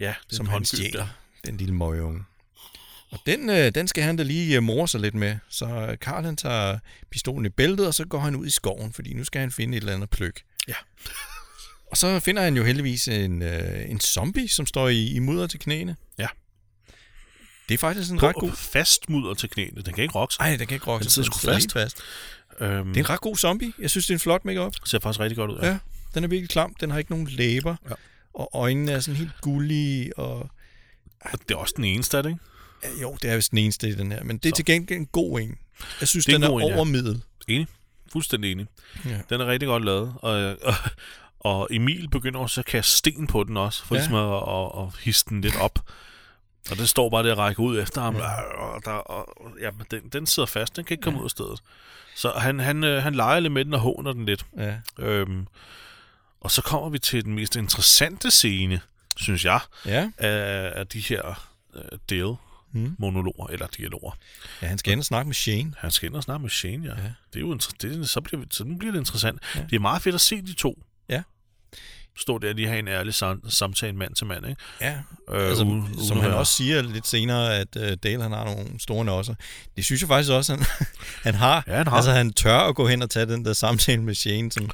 Ja, det er
som
en
han
håndgyld
stjæler.
der.
Den lille møgeunge. Og den, øh, den skal han da lige øh, more sig lidt med. Så øh, Karl han tager pistolen i bæltet, og så går han ud i skoven, fordi nu skal han finde et eller andet pløk.
Ja.
Og så finder han jo heldigvis en, øh, en zombie, som står i, i mudder til knæene.
Ja.
Det er faktisk en ret
På,
god...
fast mudder til knæene. Den kan ikke rokke sig.
Ej, den kan ikke rokke
Den
sig.
sidder sgu fast.
helt fast.
Øhm,
Det er en ret god zombie. Jeg synes, det er en flot makeup.
ser faktisk rigtig godt ud.
Ja. Den er virkelig klam. Den har ikke nogen læber.
Ja.
Og øjnene er sådan helt gullige. Og...
Og Det er også den eneste, er det ikke?
Ja, Øh, Jo, det er vist den eneste i den her. Men det er
Så.
til gengæld en god en. Jeg synes,
Det er
den
en
er
god en, ja.
over middel.
Enig. Fuldstændig enig.
Ja.
Den er rigtig godt lavet. Og, og, og Emil begynder også at kaste sten på den også, for ja.
Ja.
ligesom at, at, at hisse den lidt op. Og den står bare der og rækker ud efter ham. Øh, Og der, og, og, ja, men den, den sidder fast. Den kan ikke komme ja. ud af stedet. Så han, han, øh, han leger lidt med den og håner den lidt.
Ja.
Øhm, og så kommer vi til den mest interessante scene, synes jeg,
Ja.
af, af de her øh,
Mm.
Dale-monologer, eller dialoger.
ja, han skal ind og snakke med Shane.
Han skal ind og snakke med Shane, ja. ja.
Ja.
Det er jo inter- det, er- så, bliver, så nu bliver det interessant. Ja.
Ja.
Det er meget fedt at se de to.
Ja.
Stå der og lige have en ærlig sam- samtale mand til mand, ikke?
Ja,
Øh,
altså,
uden- uden
som
at
han
være-
også siger lidt senere, at uh, Dale han har nogle store nosser. Det synes jeg faktisk også, han, han, har.
Ja, han har.
Altså han tør at gå hen og tage den der samtale med Shane, som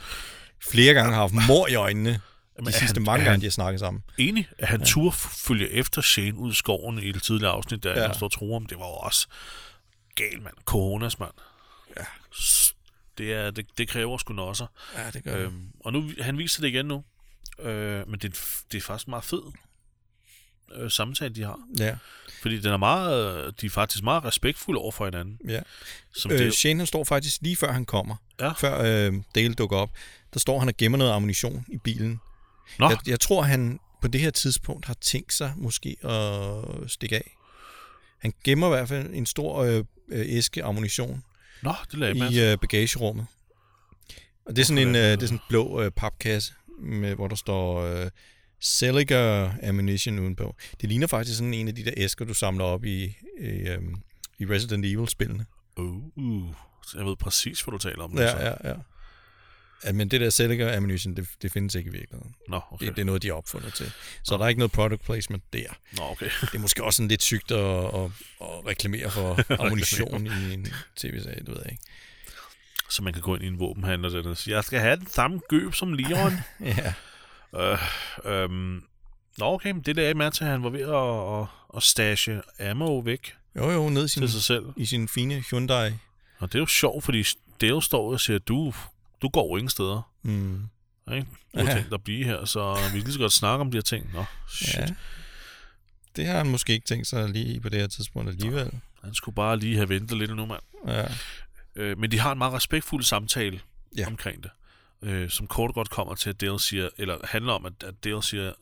flere gange har haft mor i øjnene
Jamen,
de
er
sidste
han-
mange
er
gange,
han-
de har snakket sammen.
Enig, at han ja. turde f- følge efter Shane ud i skoven i det tidligere afsnit, der ja.
Ja.
han står og tror om, det var jo også gal, mand. Coronas, mand.
Ja.
S- Det, er, det, det kræver sgu nosser.
Ja, det gør
Ja.
han.
Øhm, og nu, han viser det igen nu. Øh, men det, er en f- det er faktisk en meget fed øh, samtale, de har.
Ja,
Fordi den er meget, øh, de er faktisk meget respektfulde over for hinanden.
ja.
Som øh,
Øh,
det,
Shane han står faktisk lige før han kommer,
Ja.
før øh, Dale dukker op, der står han og gemmer noget ammunition i bilen.
Nå.
Jeg, jeg tror, han på det her tidspunkt har tænkt sig måske at stikke af. Han gemmer i hvert fald en stor øh, øh, æske ammunition
nå, det lagde jeg mærke
i
til.
øh, bagagerummet. Og det er sådan en
Hvorfor
øh,
det?
det er sådan en blå øh, papkasse, med, hvor der står øh, Seliger Ammunition udenpå. Det ligner faktisk sådan en af de der æsker, du samler op i, i, øh, i Resident Evil-spillene.
Uh, så jeg ved præcis, hvad du taler om. altså.
Ja, ja, ja. ja men det der Seliger Ammunition, det, det findes ikke i virkeligheden.
Nå,
Det,
okay.
det er noget, de er opfundet til. Så der er ikke noget product placement der.
Nå, okay.
Det er måske også sådan lidt sygt at, at, at reklamere for ammunition i en tv-serie, det ved jeg ikke.
Så man kan gå ind i en våbenhandler der, og sige, jeg skal have den samme gøb som Leon.
Ja,
øh, øhm, nå, okay, men det lagde jeg mærke til, at han var ved at, at, at stashe ammo væk
jo jo, ned i
til
sin,
sig selv.
i sin fine Hyundai.
Og det er jo sjovt, fordi Dale står og siger, du, du går jo ingen steder.
Mm.
Ikke? Du har
Ja.
tænkt dig at blive her, så vi kan lige så godt snakke om de her ting. Nå, shit.
Ja. Det har han måske ikke tænkt sig lige på det her tidspunkt alligevel.
Han skulle bare lige have ventet lidt nu, mand.
Ja,
Øh, men de har en meget respektfuld samtale ja.
Ja.
omkring det, øh, som kort og godt kommer til, at Dale siger, eller handler om, at, at Dale siger,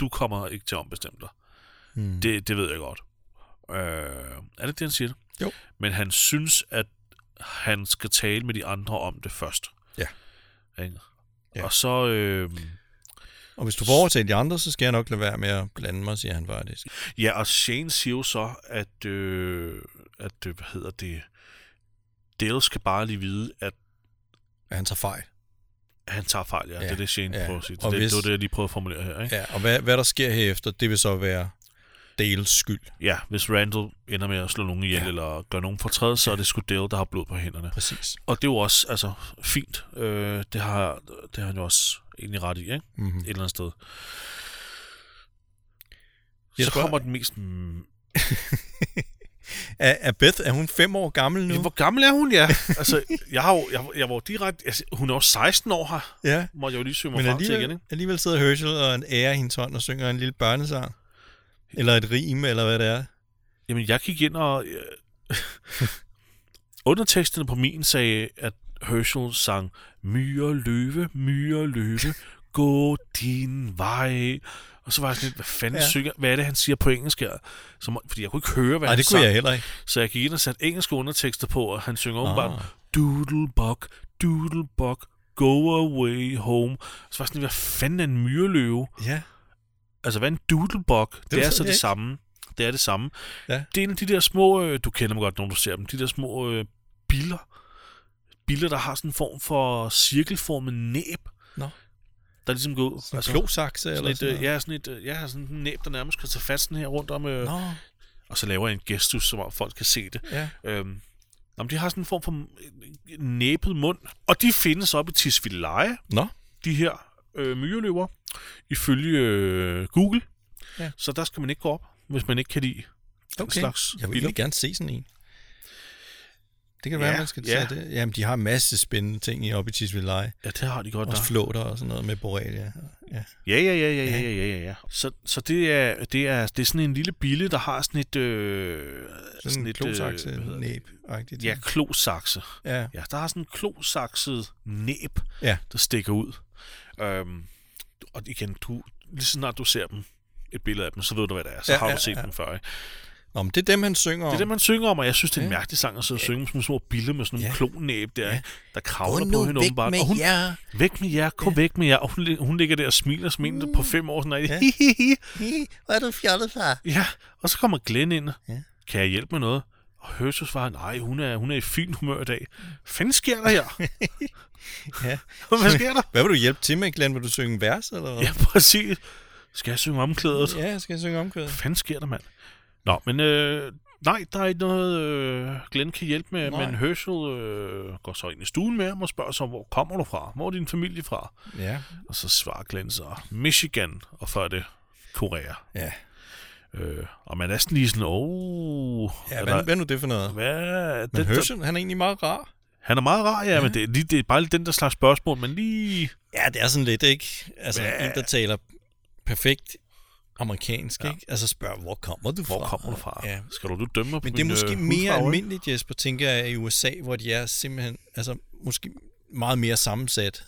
du kommer ikke til at ombestemme dig.
mm.
Det, det ved jeg godt. Øh, er det ikke det, han siger det?
Jo.
Men han synes, at han skal tale med de andre om det først.
Ja.
Ikke?
Ja.
Og så... Øh,
Og hvis du får overtaget de andre, så skal jeg nok lade være med at blande mig, siger han faktisk.
ja, og Shane siger jo så, at, øh, at øh, hvad hedder det, Dale skal bare lige vide, at
At han tager fejl.
han tager fejl, ja. ja.
Ja,
Det er det, Shane ja.
ja.
prøver at sige. Det,
Og
det,
hvis-
det var det, jeg lige prøvede at formulere her, ikke?
Ja, og hvad, hvad der sker herefter, det vil så være Dales skyld.
Ja, hvis Randall ender med at slå nogen ihjel, ja.
Ja.
eller gør nogen fortræd, så er det sgu Dale, der har blod på hænderne.
Præcis.
Og det er jo også altså, fint. Øh, det, har, det har han jo også egentlig ret i, ikke?
Mm-hmm.
Et eller andet sted.
Jeg
så
tror-
kommer den mest... Mm,
Er, er Beth, er hun fem år gammel nu?
hvor gammel er hun, ja? altså, jeg, har jo, jeg, jeg var jo direkte... Altså, hun er jo 16 år her,
Ja,
må jeg jo lige søge mig
men
frem til igen,
alligevel,
ikke?
alligevel sidder Herschel og en ærer i hendes hånd og synger en lille børnesang. Eller et rim, eller hvad det er.
Jamen, jeg gik ind og... Øh, underteksterne på min sagde, at Herschel sang Myre løve, myre løve, gå din vej. Og så var jeg sådan lidt, hvad fanden ja.
Ja.
synger, hvad er det, han siger på engelsk her? Som, fordi jeg kunne ikke høre, hvad
Nej,
han
det
sang.
kunne jeg heller ikke.
Så jeg gik ind og satte engelske undertekster på, og han synger åbenbart,
Ah.
Doodlebug, Doodlebug, go away home. Så var jeg sådan, hvad fanden er en myreløve?
Ja.
Altså, hvad er en doodlebug? Det, det
ved
er så
jeg
det
ikke.
samme. Det er det samme.
Ja.
Det er en af de der små, øh, du kender dem godt, når du ser dem, de der små øh, biller. Biller, der har sådan en form for cirkelformet næb,
Nå.
der ligesom går ud.
Sådan altså, klosakse
sådan
eller
et,
sådan
øh,
noget.
ja, sådan et, øh, ja, sådan en næb, der nærmest kan tage fat sådan her rundt om, øh,
Nå,
og så laver jeg en gestus, som om folk kan se det.
ja.
Øhm, jamen, de har sådan en form for øh, næbet mund, og de findes op i Tisvildeleje,
Nå.
de her øh, myreløver, ifølge øh, Google.
Ja.
Så der skal man ikke gå op, hvis man ikke kan lide den
Okay.
slags
Jeg vil
vilde.
egentlig gerne se sådan en. Det kan
Ja,
være, man skal
ja.
tage det. Jamen, de har en masse spændende ting i oppe i Tisvildeleje.
Ja, det har de godt
Også
der.
flåter og sådan noget med Borrelia. Ja.
Ja, ja, ja, ja, ja, ja, ja, ja. Så, så det, er, det, er, det er sådan en lille bille, der har sådan et... Øh,
Sådan, sådan en
øh,
klosakse,
hvad hedder
øh,
det?
næb.
Ja, klosakse.
ja.
Ja, der har sådan en klosakset næb,
Ja.
der stikker ud. Øhm, og igen, du, lige så snart du ser dem, et billede af dem, så ved du, hvad det er. Så ja,
Ja,
har du
ja,
set ja.
ja.
dem før, ikke?
Nå, men det er dem, han synger om.
Det er det, man synger om, og jeg synes, det er en
Ja.
mærkelig sang at sidde og synge med sådan nogle små biller med sådan nogle ja.
Ja.
klonæb der, ja. der
Gå
kravler
nu
på hende
væk
åbenbart.
med
Og hun,
jer.
væk med jer, gå ja. væk med jer. Og hun, lig- hun ligger der og smiler som en på fem år, sådan ja.
Mm. Ja.
hihihi.
Hi, Hvor er du fjollet, far?
Ja, og så kommer Glenn ind. Ja.
Ja.
Kan jeg hjælpe med noget? Og Høse svarer, nej, hun er, hun er i fint humør i dag. Hvad fanden sker der her?
Ja.
Hvad sker der?
Hvad vil du hjælpe til med, Glenn? Vil du synge en vers, eller hvad?
Ja, præcis. Skal jeg synge omklædet?
Ja, jeg skal synge omkvædet.
Hvad fanden sker der, mand? Nå, men øh, nej, der er ikke noget, øh, Glenn kan hjælpe med, nej.
Nej.
men Herschel øh, går så ind i stuen med ham og spørger sig, hvor kommer du fra? Hvor er din familie fra?
Ja.
Og så svarer Glenn så, Michigan, og før det, Korea.
Ja.
Øh, og man er sådan lige sådan, åh,
Ja,
er
hvad,
der-
hvad er nu det for noget?
hvad? det,
Men Hørsel, han er egentlig meget rar.
han er meget rar, ja, ja. men det, er lige, det er bare lige den der slags spørgsmål, men lige...
Ja, det er sådan lidt, ikke? Altså, ja. en, der taler perfekt amerikansk, ja. ikke? Altså spørger, hvor kommer du fra?
Hvor kommer du fra? Ja.
Ja.
Skal du nu dømme mig på
Men det er
min,
måske
øh,
mere
hudfarve, ikke?
almindeligt, Jesper, tænker jeg, i USA, hvor de er simpelthen, altså måske meget mere sammensat,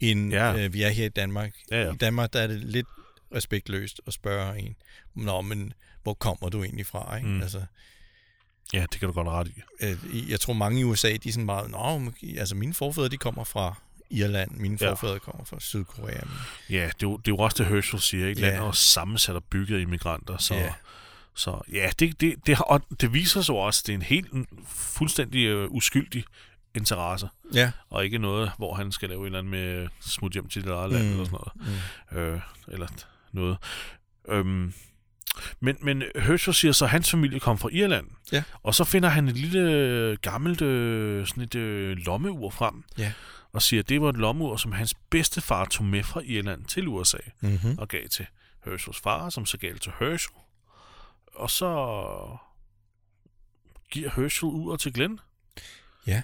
end
Ja.
ja. øh, vi er her i Danmark.
Ja, ja.
I Danmark, der er det lidt respektløst at spørge en, Nå, men hvor kommer du egentlig fra? Ikke?
Mm.
Mm. Altså,
Ja, det kan du godt have ret i.
øh, i- jeg tror mange i USA, de er sådan meget, Nå, men, altså mine forfædre, de kommer fra Irland, mine
Ja.
forfædre kommer fra Sydkorea. Men,
Ja, det er, jo, det er jo også det, Herschel siger, ikke?
Ja.
Landet er jo sammensat og bygget af immigranter, så...
Ja.
Så ja, det, det, det, har- og det viser sig jo også, at det er en helt en fuldstændig øh, uskyldig interesse,
ja.
og ikke noget, hvor han skal lave et eller andet med øh, smut hjem til det eget land, mm.
Mm.
eller sådan noget. Mm. Øh, eller t- noget. Øhm, men, men Herschel siger så, at hans familie kom fra Irland,
Ja.
og så finder han et lille øh, gammelt øh, sådan et øh, lommeur frem,
Ja.
og siger, at det var et lommeur, som hans bedstefar tog med fra Irland til USA
Mm-hmm.
og gav til Herschels far, som så gav det til Herschel. Og så giver Herschel ud til Glenn,
Ja.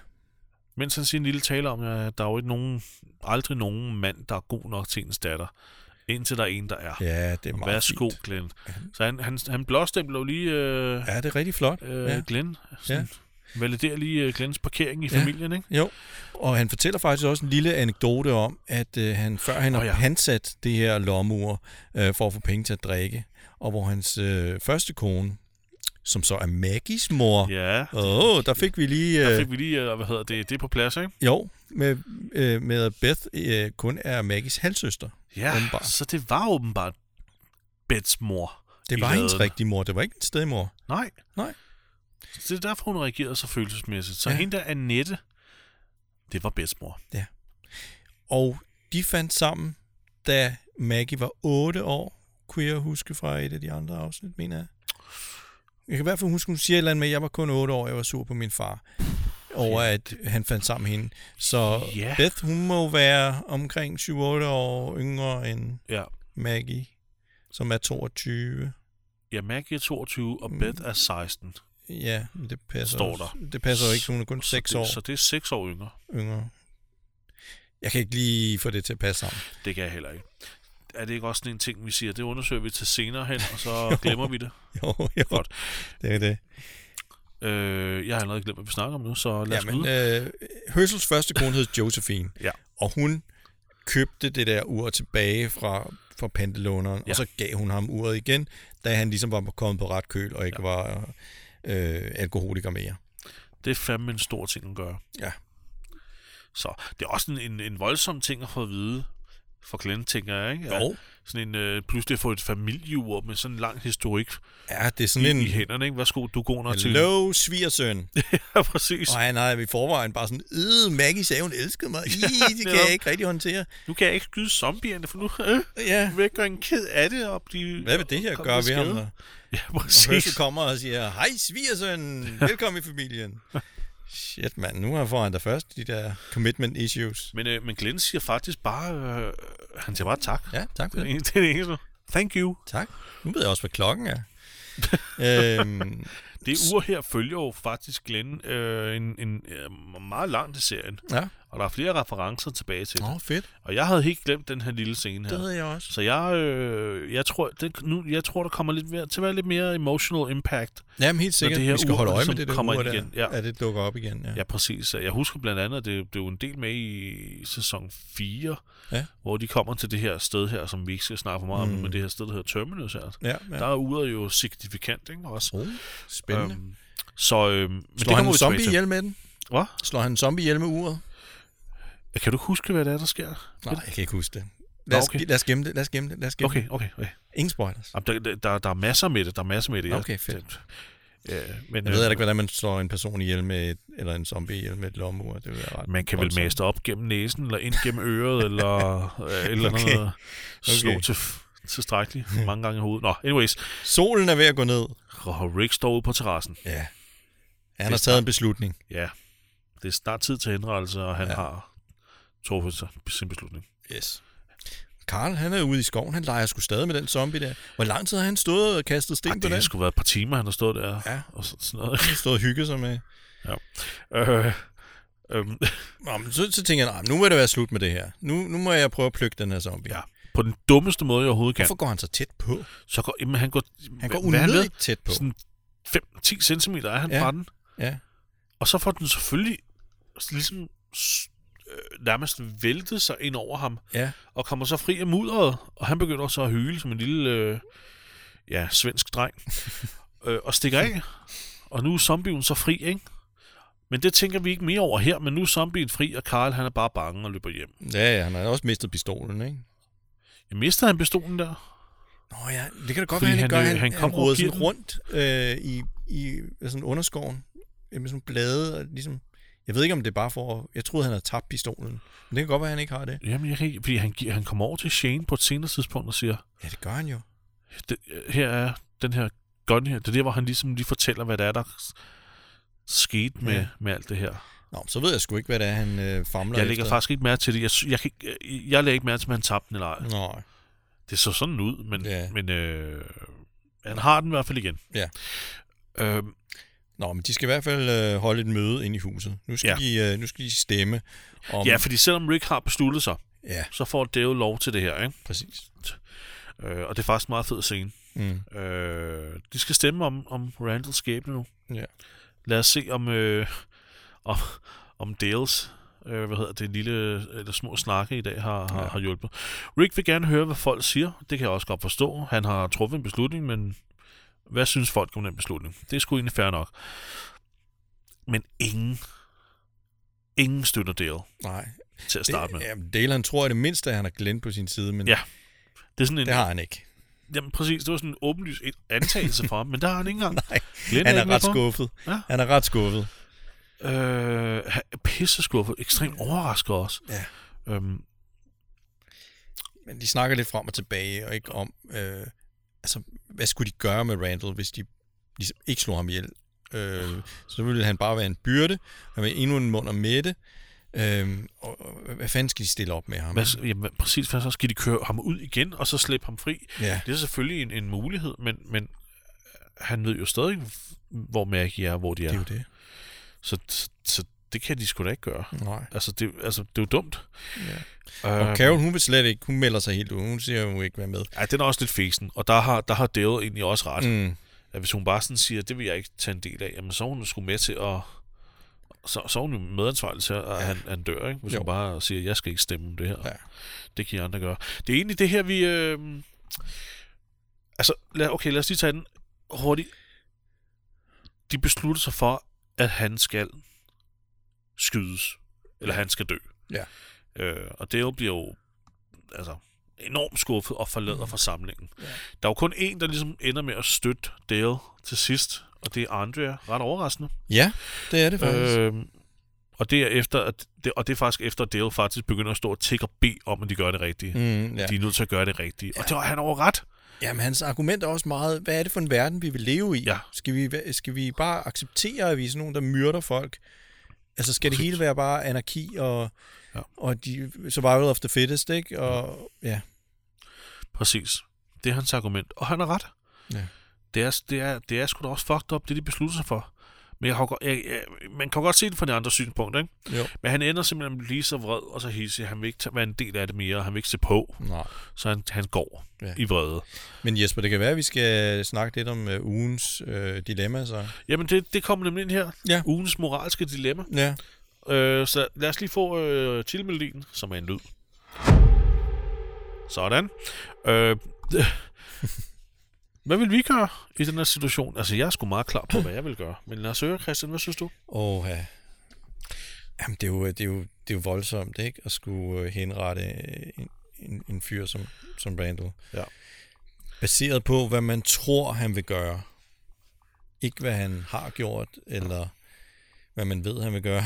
mens han siger en lille tale om, at der er jo ikke nogen, aldrig nogen mand, der er god nok til ens datter, indtil der er en, der er.
Ja, det er meget
Værsgo,
fint.
Glenn. Så han, han, han blåstempler jo lige øh,
Ja, det er rigtig flot.
øh, ja.
ja.
Glenn. Sådan, ja. Validerer lige øh, Glens parkering i
Ja.
familien, ikke?
Jo, og han fortæller faktisk også en lille anekdote om, at øh, han før han
Nå
har
ja.
ja. pansat det her lommeur øh, for at få penge til at drikke, og hvor hans øh, første kone, som så er Maggies mor,
Ja.
åh, der fik vi lige, øh,
Der fik vi lige, øh, hvad hedder det, det på plads, ikke?
jo, med, øh, med at Beth øh, kun er Maggies halvsøster.
Ja,
Åbenbart.
så det var åbenbart Bets mor.
Det
I
var
laden.
hendes rigtige mor, det var ikke en stedmor.
Nej.
Nej.
Så det er derfor, hun reagerede så følelsesmæssigt. Så ja.
Ja.
hende der, Annette, det var bedsmor.
Og de fandt sammen, da Maggie var 8 år, kunne jeg huske fra et af de andre afsnit, mener jeg. Jeg kan i hvert fald huske, hun siger et eller andet med, at jeg var kun 8 år, jeg var sur på min far over, at han fandt sammen med hende. Så
Ja.
yeah. Beth, hun må være omkring 7-8 år yngre end
Ja.
Maggie, som er 22.
Ja, Maggie er 22,
Mm.
og Beth er 16.
Ja, men det passer,
Står
også-
der.
Det passer jo ikke, hun er kun 6
så det,
år
Så det er 6 år yngre.
yngre. Jeg kan ikke lige få det til at passe sammen.
Det kan jeg heller ikke. er det ikke også sådan en ting, vi siger, det undersøger vi til senere hen, og så glemmer vi det?
Jo, jo.
Godt.
Det er det.
Øh, jeg har allerede glemt, hvad vi snakker om nu, så lad os
Jamen,
vide.
øh, Høsels første kone hed Josephine,
Ja.
og hun købte det der ur tilbage fra, fra pantelåneren, ja.
Ja.
og så gav hun ham uret igen, da han ligesom var kommet på ret køl og ikke ja. var øh, alkoholiker mere.
Det er fandme en stor ting at gøre.
øh- Ja.
Så det er også en, en, en voldsom ting at få at vide for Glenn, tænker jeg, ikke? At
Jo.
Sådan en, øh, pludselig at få et familieur med sådan en lang historik
Ja, det er sådan
i, i
en
hænderne, ikke? Værsgo, du går nok til.
hello svigersøn.
Ja, præcis.
Og han har i forvejen bare sådan, øh, Maggie sagde, hun elskede mig. I, det kan
netop.
jeg ikke rigtig håndtere.
Nu kan jeg ikke skyde zombierne, for nu øh,
Ja,
vil jeg gøre en ked af det. Og blive,
hvad vil det her
og
gøre
komme til
ved ham?
skade?
da?
Ja,
Og Høsel
præcis.
kommer og siger, hej svigersøn, velkommen i familien. Shit, mand, nu har foran dig først de der commitment issues.
Men, øh, men Glenn siger faktisk bare, øh, han siger bare tak.
Ja, tak for
Det er
det.
det eneste. Thank you.
Tak. Nu ved jeg også, hvad klokken er. øhm,
Det ur her følger jo faktisk Glenn øh, en, en øh, meget langt i serien,
ja.
og der er flere referencer tilbage til det.
Åh, oh, fedt.
Og jeg havde helt glemt den her lille scene her.
jeg også.
Så jeg, øh, jeg, tror, det, nu, jeg tror, der kommer lidt mere, til at være lidt mere emotional impact.
Jamen, helt sikkert.
det her
Vi skal
ur,
holde øje
som
med det der
kommer
ur
ind
der,
igen, ja.
at det dukker op igen. Ja.
Ja, præcis. Jeg husker blandt andet, at det blev en del med i sæson 4,
Ja.
hvor de kommer til det her sted her, som vi ikke skal snakke for meget mm. om, men det her sted, der hedder Terminus her.
ja,
Ja.
ja.
Der er uret jo signifikant, ikke? Også.
Oh, spændende. Øhm,
Øhm, så, øhm, men
Slår han
kommer
en
vi
zombie
tilbage til.
ihjel med den?
Hvad?
Slår han en zombie ihjel med uret?
Kan du ikke huske, hvad det er, der sker?
Nej, jeg kan ikke huske det. Lad
Nå,
os,
okay.
lad os gemme det, lad os gemme det, lad os gemme det.
Okay, okay, okay.
Ingen spoilers.
Jamen, Der, der- der, der er masser med det, der er masser med det. ja.
Okay, fedt.
Ja, men,
Jeg ved
øh,
heller ikke, hvordan man slår en person ihjel med et, eller en zombie ihjel med et lommeur. Det vil jeg ret.
Man kan vel
voldsomt.
maste op gennem næsen, eller ind gennem øret, eller øh, et eller
Okay.
okay. noget. Slå
Okay.
til tilstrækkeligt mange gange i hovedet. Nå, anyways.
Solen er ved at gå ned.
Og Rick står ude på terrassen.
Ja. Han har taget en beslutning.
Ja, det er snart tid til henrettelse, og han
Ja.
ja. har truffet sig- sin beslutning.
Yes. Karl, han er ude i skoven. Han leger sgu stadig med den zombie der. Hvor lang tid har han stået og kastet sten
Ej,
på
det
den?
har sgu været et par timer, han har stået der.
Ja.
Og så- sådan noget.
Han har stået og hygget sig med.
Øh, øhm,
Nå, men så, så tænker jeg, "Nå, nu må det være slut med det her. Nu, nu må jeg prøve at plukke den her zombie.
ja. På den dummeste måde, jeg overhovedet kan.
Hvorfor går han så tæt på?
Så går, jamen, han går,
Han går
hvad er ved?
unødigt tæt på.
Sådan 5-10 cm er han
Ja.
ja. fra den.
Ja.
Og så får den selvfølgelig s- ligesom s- øh, nærmest væltet sig ind over ham,
Ja.
og kommer så fri af mudderet, og han begynder så at hyle som en lille, øh, ja, svensk dreng, øh, og stikker af. Og nu er zombien så fri, ikke? Men det tænker vi ikke mere over her, men nu er zombien fri, og Karl han er bare bange og løber hjem.
ja, ja, han har også mistet pistolen, ikke?
Jeg mister han pistolen der?
Nå ja, det kan da godt
Fordi
være, han,
han,
gør.
øh,
Han,
han kom
han
over
roder sådan
kirken.
rundt øh, i, i sådan underskoven øh, med sådan blade og ligesom... Jeg ved ikke, om det er bare for... Jeg troede, han havde tabt pistolen. Men det kan godt være, han ikke har det.
Jamen, jeg kan ikke, fordi han, gi- han kommer over til Shane på et senere tidspunkt og siger,
Ja, det gør han jo.
det, her er den her gun her. Det er der, hvor han ligesom lige fortæller, hvad der er, der s- skete med,
Ja.
ja. med alt det her.
Nå, så ved jeg sgu ikke, hvad det er, han øh, famler
Jeg lægger
efter.
faktisk ikke mærke til det. Jeg, sy- jeg, kan ikke, jeg, jeg lægger ikke mærke til, om han tabte den eller ej.
Nå,
Det så sådan ud, men,
Ja.
ja. men øh, han har den i hvert fald igen.
Ja.
Øh,
Nå, men de skal i hvert fald øh, holde et møde inde i huset. Nu skal, ja.
Ja.
de, øh, nu skal de stemme om...
ja, fordi selvom Rick har besluttet sig,
ja
så får Dave lov til det her. Ikke?
præcis.
Øh, og det er faktisk en meget fed scene.
Mm.
Øh, de skal stemme om, om Randalls skæbne nu.
Ja.
Lad os se om, øh, om, om Dales øh, hvad hedder det, lille eller små snakke i dag har, har,
Ja.
har hjulpet. Rick vil gerne høre, hvad folk siger. Det kan jeg også godt forstå. Han har truffet en beslutning, men hvad synes folk om den beslutning? Det er sgu egentlig fair nok. Men ingen, ingen støtter Dale
Nej.
til at starte
Det,
med.
ja, Dale, han tror i det mindste, at han har Glenn på sin side, men ja.
Ja. Det er sådan en,
det har han ikke.
jamen præcis, det var sådan en åbenlys antagelse fra ham, men der har han ikke engang.
Nej,
Glenn
han
ikke
er
med
ret
på.
skuffet.
Ja.
Han er ret skuffet.
Øh, han er pisseskuffet, ekstremt overrasket også.
Mm. Ja.
Øhm,
Men de snakker lidt frem og tilbage, og ikke om, øh, altså, hvad skulle de gøre med Randall, hvis de ligesom ikke slog ham ihjel? Øh, så ville han bare være en byrde, og med endnu en mund og mætte. Øh, og, og, hvad fanden skal de stille op med ham?
hvad, s- jamen, hvad- præcis, hvad så skal de køre ham ud igen, og så slippe ham fri?
Ja,
Det er selvfølgelig en, en mulighed, men, men øh, han ved jo stadig, hvor Maggie er, og hvor de
det er
er.
jo det.
Så, så, så det kan de sgu da ikke gøre.
Nej.
Altså, det, altså, det er jo dumt. Ja.
Og Carol, hun vil slet ikke, hun melder sig helt ud. Hun siger, hun vil ikke være med.
Ja, den er også lidt fesen, og der har, der har Dale egentlig også ret. Mm.
Mm.
At hvis hun bare sådan siger, det vil jeg ikke tage en del af, jamen så er hun sgu med til at... Så, så er hun jo medansvarlig til, at ja. han, han dør, ikke? Hvis
Jo.
jo. hun bare siger, jeg skal ikke stemme om det her.
Ja.
Det kan I andre gøre. Det er egentlig det her, vi... Øh... Altså, lad, okay, lad os lige tage den hurtigt. De beslutter sig for, at han skal skydes. Eller han skal dø.
Ja.
Øh, og Dale bliver jo altså, enormt skuffet og forlader
Mm.
forsamlingen. Ja. Der er jo kun en, der ligesom ender med at støtte Dale til sidst, og det er Andrea. Ret overraskende.
ja, det er det faktisk.
Øh,
Øh.
og, det er efter, at det, og det er faktisk efter, at Dale faktisk begynder at stå og tikke og bede om, at de gør det rigtige.
Mm, ja.
De er nødt til at gøre det rigtige. Og det var han over ret.
Jamen, hans argument er også meget, hvad er det for en verden, vi vil leve i?
Ja.
Skal, vi, væ- skal vi bare acceptere, at vi er sådan nogen, der myrder folk? Altså, skal det hele være bare anarki og,
Ja.
ja. Mm. og de, survival of the fittest, ikke? Og, ja.
Præcis. Det er hans argument. Og han har ret.
Ja.
Det er, det er, det er sgu da også fucked up, det de beslutter sig for. Men jeg har, jo godt- jeg, jeg, man kan jo godt se det fra de andre synspunkter, ikke?
Jo.
Men han ender simpelthen med at blive lige så vred og så hisse. Han vil ikke tage, være en del af det mere, og han vil ikke se på.
Nej.
Så han, han går
Ja.
ja. i vrede.
Men Jesper, det kan være, at vi skal snakke lidt om øh, ugens øh, dilemma, så.
Jamen, det, det kommer nemlig ind her.
Ja.
Ugens moralske dilemma.
Ja.
Øh, så lad os lige få øh, chillmelodien, som er en lyd. Sådan. Øh, hvad vil vi gøre i den her situation? Altså, jeg er sgu meget klar på, hvad jeg vil gøre. Men lad os høre, Christian, hvad synes du?
Og ja. Jamen, det er, jo, det, er jo, det er jo voldsomt, ikke? At skulle øh, henrette øh, en, en, en fyr som, som Randall.
Ja.
Baseret på, hvad man tror, han vil gøre. Ikke, hvad han har gjort, eller hvad man ved, han vil gøre.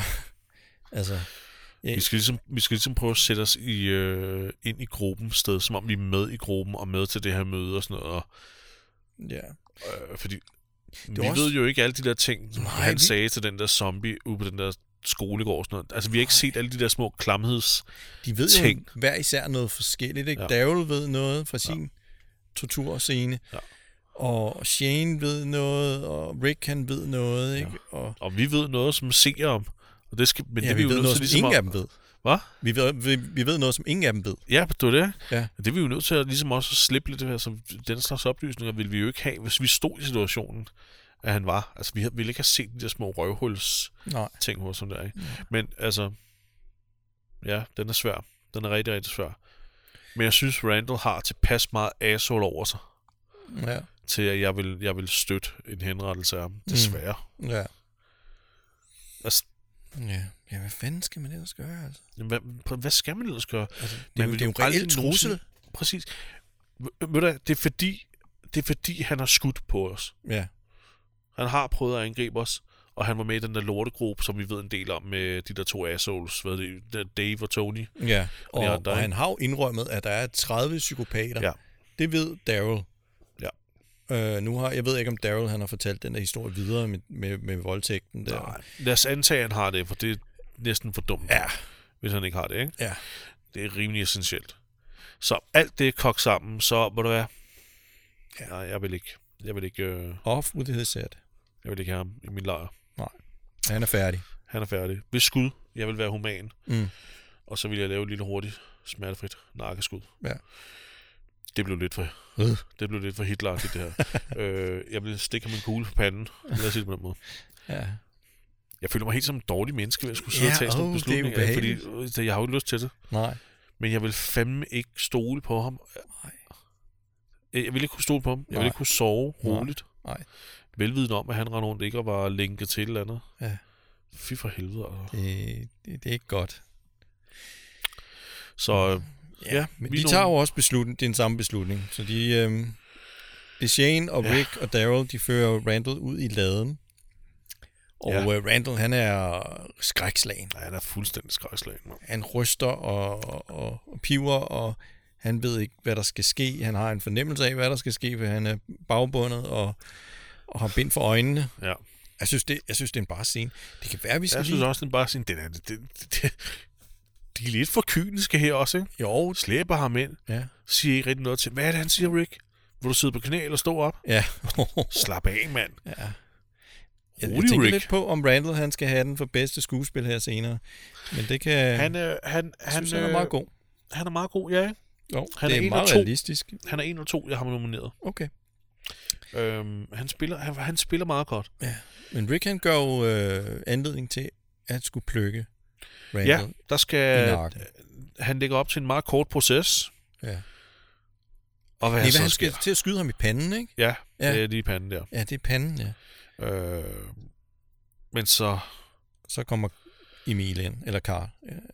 altså,
Vi skal ligesom, vi skal ligesom prøve at sætte os i, øh, ind i gruppen sted, som om vi er med i gruppen og med til det her møde og sådan noget. Og,
ja.
øh, fordi vi
er også-
også... ved jo ikke alle de der ting, som
Nej,
han
vi-
sagde til den der zombie ude på den der skolegård og sådan noget. Altså, vi har ikke set alle de der små klamheds...
De ved jo
Ting.
hver især noget forskelligt, ikke?
Ja.
Ja. Daryl ved noget fra sin ja. torturscene.
Ja.
Og Shane ved noget, og Rick, han ved noget, ikke? Ja. Og
Og vi ved noget, som ser om. Og det skal, men
ja,
det
vi,
er
ved
jo
noget,
nødt til
som
ligesom
ingen af
at,
dem ved.
Hvad?
Vi ved, vi, vi ved noget, som ingen af dem ved.
Ja, det er det.
Ja.
Det er vi jo nødt til at, ligesom også at slippe lidt her, som den slags oplysninger ville vi jo ikke have, hvis vi stod i situationen, at han var. Altså, vi havde- ville ikke have set de der små røvhuls
Nej.
ting hos ham der, ikke?
Mm.
Men altså, ja, den er svær. Den er rigtig, rigtig svær. Men jeg synes, Randall har tilpas meget asshole over sig,
Ja.
til at jeg vil, jeg vil støtte en henrettelse af ham. Desværre. Mm.
Ja.
Altså,
Ja. ja, hvad fanden skal man ellers gøre? Altså?
jamen, hvad, hvad skal man ellers gøre?
Altså, det, er
Man
jo,
vil
det er jo
aldrig
reelt trussel.
nogensinde- Præcis. V- Ved du, hvad, det er fordi, det er fordi, han har skudt på os.
Ja.
Han har prøvet at angribe os, og han var med i den der lortegruppe, som vi ved en del om med de der to assholes, hvad er det, der Dave og Tony.
ja. Og,
Ja,
ja,
der er
og
en-
han har jo indrømmet, at der er 30 psykopater.
Ja.
Det ved Daryl.
Ja.
Øh, nu har, jeg ved ikke, om Daryl han har fortalt den der historie videre med, med, med voldtægten. Der.
Nej. Lad os antage, at han har det, for det er næsten for dumt,
Ja.
hvis han ikke har det, ikke?
Ja.
Det er rimelig essentielt. Så alt det er kogt sammen, så må du være...
Ja.
Nej, jeg vil ikke. Jeg vil ikke, øh,
Off with his head.
jeg vil ikke have ham i min lejr.
Han er færdig.
Han er færdig. Ved skud, jeg vil være human.
Mm.
Og så vil jeg lave et lille hurtigt, smertefrit nakkeskud.
Ja.
Det blev lidt for,
Øh.
det blev lidt for hitler det her. øh, jeg vil stikke ham en kugle på panden. Lad os sige det på den måde.
Ja.
Jeg føler mig helt som en dårlig menneske, hvis jeg skulle sidde
Ja,
og tage sådan
åh,
nogle
det er
beslutninger. fordi øh, jeg har jo ikke lyst til det.
Nej.
Men jeg vil fandme ikke stole på ham.
Nej.
Jeg jeg vil ikke kunne stole på ham. Jeg
Nej.
vil ikke kunne sove
Nej.
roligt.
Nej.
Velvidende om, at han rendte rundt ikke og var linket til et eller andet.
Ja.
Fy for helvede. altså.
Det, det, det er ikke godt.
Så øh, ja, ja
Men
vi
de
er
tager jo
nogle-
også beslutning, det er den samme beslutning. Så de, øhm, det er Shane og
Ja.
Rick ja. og Daryl, de fører jo Randall ud i laden. Og
Ja.
ja. Randall, han er skrækslagen.
Ja, han er fuldstændig skrækslagen. mand.
Han ryster og, og, og, og piver, og han ved ikke, hvad der skal ske. Han har en fornemmelse af, hvad der skal ske, for han er bagbundet og, og har bind for øjnene.
Ja.
Jeg synes, det, jeg synes, det er en bare scene. Det kan være, vi skal
Jeg synes
lige...
også, den bare sådan, den er, det, det, det, de er lidt for kyniske her også, ikke?
Jo,
Slæber ham ind,
ja.
siger ikke rigtig noget til, hvad er det, han siger, Rick? Vil du sidde på knæ eller stå op?
Ja.
Slap af, mand.
ja. Jeg, jeg
Rolig,
tænker
Rick.
lidt på, om Randall han skal have den for bedste skuespil her senere. Men det kan...
Han, øh, han,
jeg
han,
synes, han er meget god.
han er meget god, ja. ikke?
Jo,
han er
det er,
en af
meget
to.
realistisk.
Han er en af to, jeg har nomineret.
Okay.
Øhm, han, spiller, han, han spiller meget godt.
Men Rick, han gør jo øh, anledning til at skulle plukke
Ja, øh,
Randall
der
ja. i
skal...
nakken.
Han lægger op til en meget kort proces.
Ja.
Og hvad
Nej,
så
hvad, han
sker.
skal til at skyde ham i panden, ikke?
Ja,
Ja.
ja. Det er lige panden der.
Ja, det er panden, ja.
Øh, men så,
Så kommer Emil ind, eller Karl.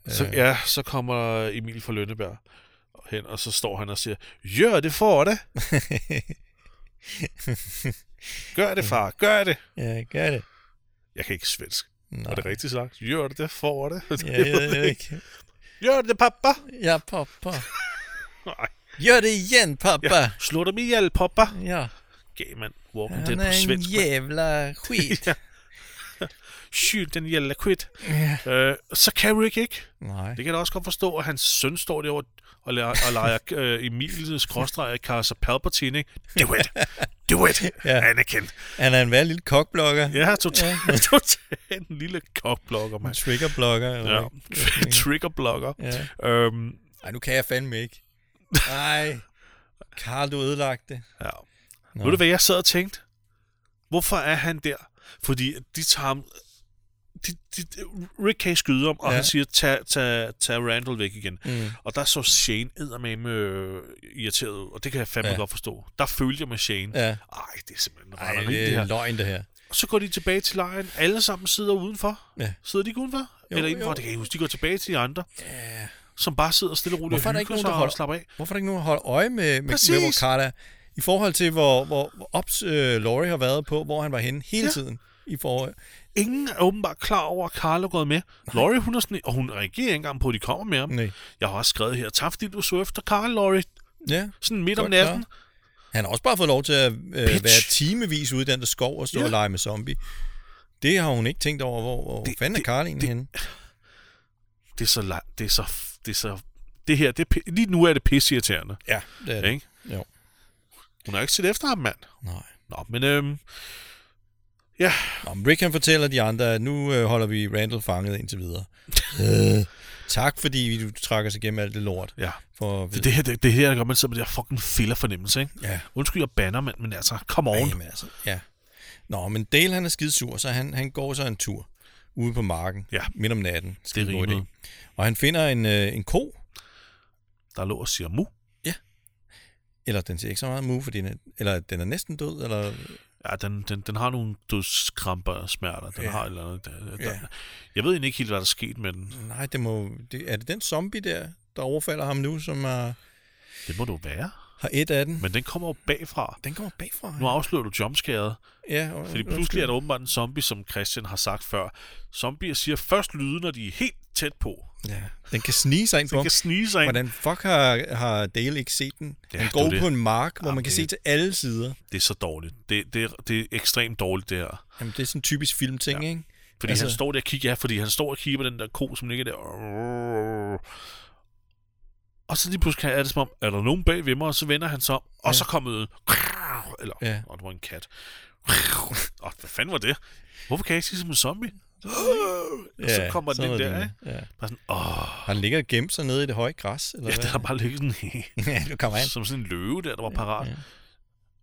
Ja,
så,
øh,
ja, så kommer Emil fra Lønneberg hen, og så står han og siger, Gør det for det! Gør det, far! Gør det!
ja gør det.
Jeg kan ikke svensk.
Nej.
Var det rigtigt sagt? Gør det, det for det!
Ja, jeg ved ikke.
Gør det, pappa!
Ja, pappa.
Nej.
Gør det igen, pappa.
Ja, slå dem ihjel, pappa!
Ja.
Gav mand. Walking Dead
Han
på
er en
svensk. mand.
jævla skit.
Ja. Skyld den ihjel, quit.
ja.
Øh, så kan Rick ikke.
Nej.
Det kan jeg da også godt forstå, at hans søn står derovre og, lader, og leger øh, Emilies krossdrejer Kaiser Palpatine. ikke? Do it! Do it!
Ja.
Anakin!
Han er en værd lille kokblokker. Ja.
Ja, totalt ja. total en lille kokblokker,
En
mand.
triggerblokker. eller
Ja.
hvad? Jeg ved ikke.
Triggerblokker.
Ja.
Øhm,
Ej, nu kan jeg fandme ikke. Nej. Karl, du ødelagte det.
ja.
Nå.
Ved du, hvad jeg sad og tænkte? Hvorfor er han der? Fordi de tager ham... De, de, de- Rick kan skyde ham, og
Ja.
ja. han siger, tag, tag, tag Randall væk igen.
Mm.
Og der så Shane eddermame øh, irriteret ud, og det kan jeg fandme
Ja.
ja. godt forstå. Der følte jeg med Shane.
Ja.
Ej, det er simpelthen
Ej,
Ej,
det
det
er
her.
løgn, det her.
Og så går de tilbage til lejren. Alle sammen sidder udenfor.
Ja.
Sidder de ikke udenfor?
Jo,
Jo, Eller indenfor,
jo.
jo. det kan jeg huske. De går tilbage til de andre,
Ja.
som bare sidder stille og roligt
Hvorfor er
og
der ikke
hygger
nogen,
sig
der
og
holder-
slapper af.
Hvorfor er der ikke nogen, der holder øje med, med, med
Præcis.
hvor Karl er? I forhold til, hvor, hvor, hvor ops øh, Laurie har været på, hvor han var henne hele ja.
Ja.
tiden. I forhold.
Ingen er åbenbart klar over, at Carlo er gået med. Laurie, hun er sådan, og hun reagerer ikke engang på, at de kommer med ham.
Nej.
Jeg har også skrevet her, tak fordi du så efter Carl, Laurie.
Ja.
Sådan midt om
Godt
natten.
Han har også bare fået lov til at øh,
Bitch.
være timevis ude i den der skov og stå ja.
Ja.
og lege med zombie. Det har hun ikke tænkt over, hvor, hvor det,
Det-
fanden er
det-
Karl egentlig henne.
Det er så langt. Det er så... Det, er så, det her, det er, pi- lige nu er det pisseirriterende.
Ja, det er
Ja.
det.
Ikke?
Jo.
Hun har ikke set efter ham, mand.
Nej.
Nå, men øhm,
Nå, men Rick han fortæller de andre, at nu øh, holder vi Randall fanget indtil videre. øh, tak, fordi du trak os igennem alt det lort.
ja.
For,
Det, det her, det, det her, der gør man simpelthen der fucking filler fornemmelse, ikke?
Ja.
Undskyld, jeg banner, mand, men altså, come on.
Jamen, altså, ja. Nå, men Dale han er skide sur, så han, han går så en tur ude på marken
Ja.
midt om natten. Skide god
rimede.
idé. Og han finder en, øh, en ko,
Der lå og siger mu.
eller den ser ikke så meget mu, fordi den er, eller den er næsten død, eller
Ja, den, den, den har nogle dødskramper og smerter. Den
Ja.
ja. har et eller andet. Der, der,
Ja. Mm.
Jeg ved egentlig ikke helt, hvad der er sket med den.
Nej, det må, det, er det den zombie der, der overfalder ham nu, som er,
Det må du være.
har et af den?
Men den kommer jo bagfra.
Den kommer bagfra.
Nu afslører du jumpscaret,
ja, og,
fordi pludselig er der åbenbart en zombie, som Christian har sagt før. Zombier siger først lyde, når de er helt tæt på.
Ja. Den kan snige sig ind på
Den
ham.
kan snige sig ind.
Hvordan fuck har, har Dale ikke set den?
Ja,
Ja, han
det er
går
det.
på en mark, hvor man
Jamen,
kan
det-
se til alle sider.
Det er så dårligt. Det, det, er- det er ekstremt dårligt, det her.
Jamen, det er sådan en typisk filmting, ja. ikke?
Fordi
Altså-
altså... han står der og kigger, ja, fordi han står og kigger på den der ko, som ligger der. Og så lige pludselig er det som om, er der nogen bag ved mig, og så vender han sig om, og
Ja.
ja. så kommer den. Eller,
Ja.
ja. og det var en kat. Og hvad fanden var det? Hvorfor kan jeg ikke sige som en zombie? Og så kommer den
sådan
ind
er
der,
det.
ikke?
Ja.
Bare sådan, åh,
Har den ligger og gemt sig nede i det høje græs? Eller
ja, den
hvad?
har bare ligget sådan,
ja, nu kommer han.
som sådan en løve der, der var parat.
ja.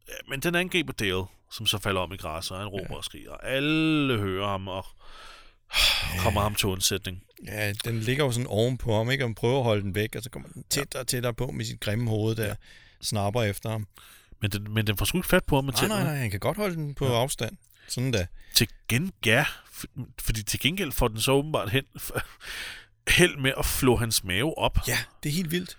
Ja, Men den angriber Dale, som så falder om i græsset, og han råber og skriger. Alle hører ham, og kommer ham til undsætning.
Ja, den ligger jo sådan ovenpå ham, ikke? Og man prøver at holde den væk, og så kommer den tættere og tættere på med sit grimme hoved der. Snapper efter ham.
Men den, men den får sgu ikke fat på ham med
Nej, nej,
tænderne.
nej, han kan godt holde den på afstand. Sådan da.
Til gengæld, ja, f- fordi til gengæld får den så åbenbart hen, held med at flå hans mave op.
Ja, det er helt vildt.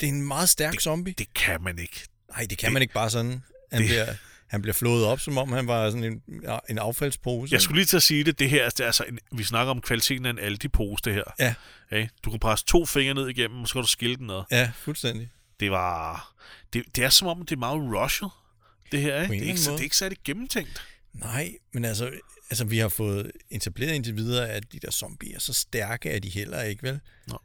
Det er en meget stærk det, zombie.
Det kan man ikke.
Nej, det kan det, man ikke bare sådan. Han, det,
det-
bliver, han bliver flået op, som om han var sådan en, en affaldspose.
Jeg skulle lige til at sige det, det her, det er altså en, vi snakker om kvaliteten af en Aldi-pose, det her.
Ja.
Okay? Du kan presse to fingre ned igennem, og så kan du skille den ad.
Ja, fuldstændig.
Det var... Det, det er som om, det er meget rushet, det her.
På
Ikke? Det, er
en eller
ikke,
anden
så-
måde.
det er ikke særlig gennemtænkt.
Nej, men altså, altså, vi har fået etableret indtil videre, at de der zombier, så stærke er de heller ikke, vel?
Nå.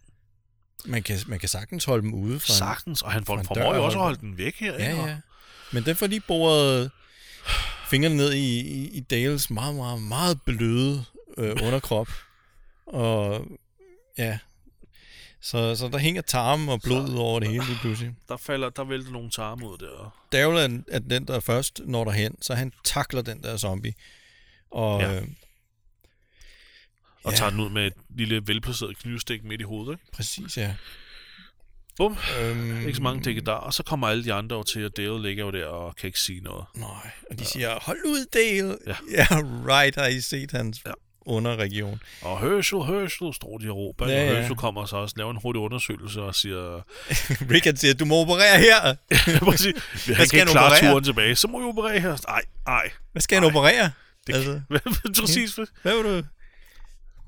Man kan, man kan sagtens holde dem ude fra en-
Sagtens, og han får,
en
formår
dør
jo også at
holdt-
holde den væk her.
Ja,
ikke? Og-
ja. Men den får lige bordet... fingrene ned i, i, i Dales meget, meget, meget bløde øh, underkrop. og ja, så, så der hænger tarmen og blod så, over det hele lige pludselig.
Der falder, der vælter nogle tarme ud der.
Davel er, den- er den, der først når derhen, så han takler den der zombie. Og
Ja.
ja. øh,
Og
Ja.
tager den ud med et lille velplaceret knivstik midt i hovedet. Ikke?
præcis, ja.
Bum.
Øhm,
Ikke så mange dækker der. Og så kommer alle de andre over til, og Dale ligger jo der og kan ikke sige noget.
Nej, og de siger, hold ud, Dale.
Ja.
Ja, ja right, har I set hans
Ja.
ja. underregion.
Og Herschel, Herschel, står de og råber. Ja,
Ja,
ja. Og
ja.
Herschel kommer så også, laver en hurtig undersøgelse og siger...
Rick han siger, du må operere her.
Præcis, han kan ikke
skal han
klare
operere?
turen tilbage. Så må vi operere her. Nej, nej.
Hvad skal han operere? Det altså,
Præcis.
hvad vil du?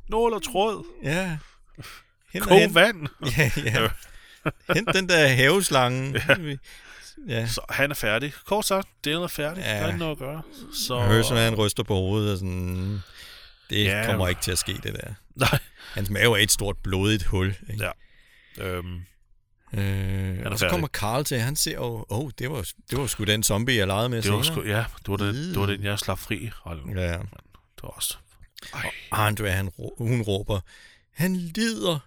Nål og tråd.
Ja. Hent, og
Kog
hent.
vand.
Ja, ja. hent den der haveslange. Ja.
Så han er færdig. Kort sagt, Dale er færdig. Ja.
Ja.
Der er ikke noget at gøre. Så...
ja. Herschel han ryster på hovedet og sådan, det
Ja.
ja. kommer ikke til at ske, det der.
Nej.
Hans mave er et stort blodigt hul. Ikke?
Ja. Øhm,
Øh, og så
færdig.
kommer Carl til, han ser jo, åh, oh, det, var, det var sgu den zombie, jeg legede med
det var
senere."
sgu... Ja, det var, det, det var den, jeg slap fri. Hold nu.
Ja.
Det var også... Ej.
Andrea, han, rå- hun råber, han lider.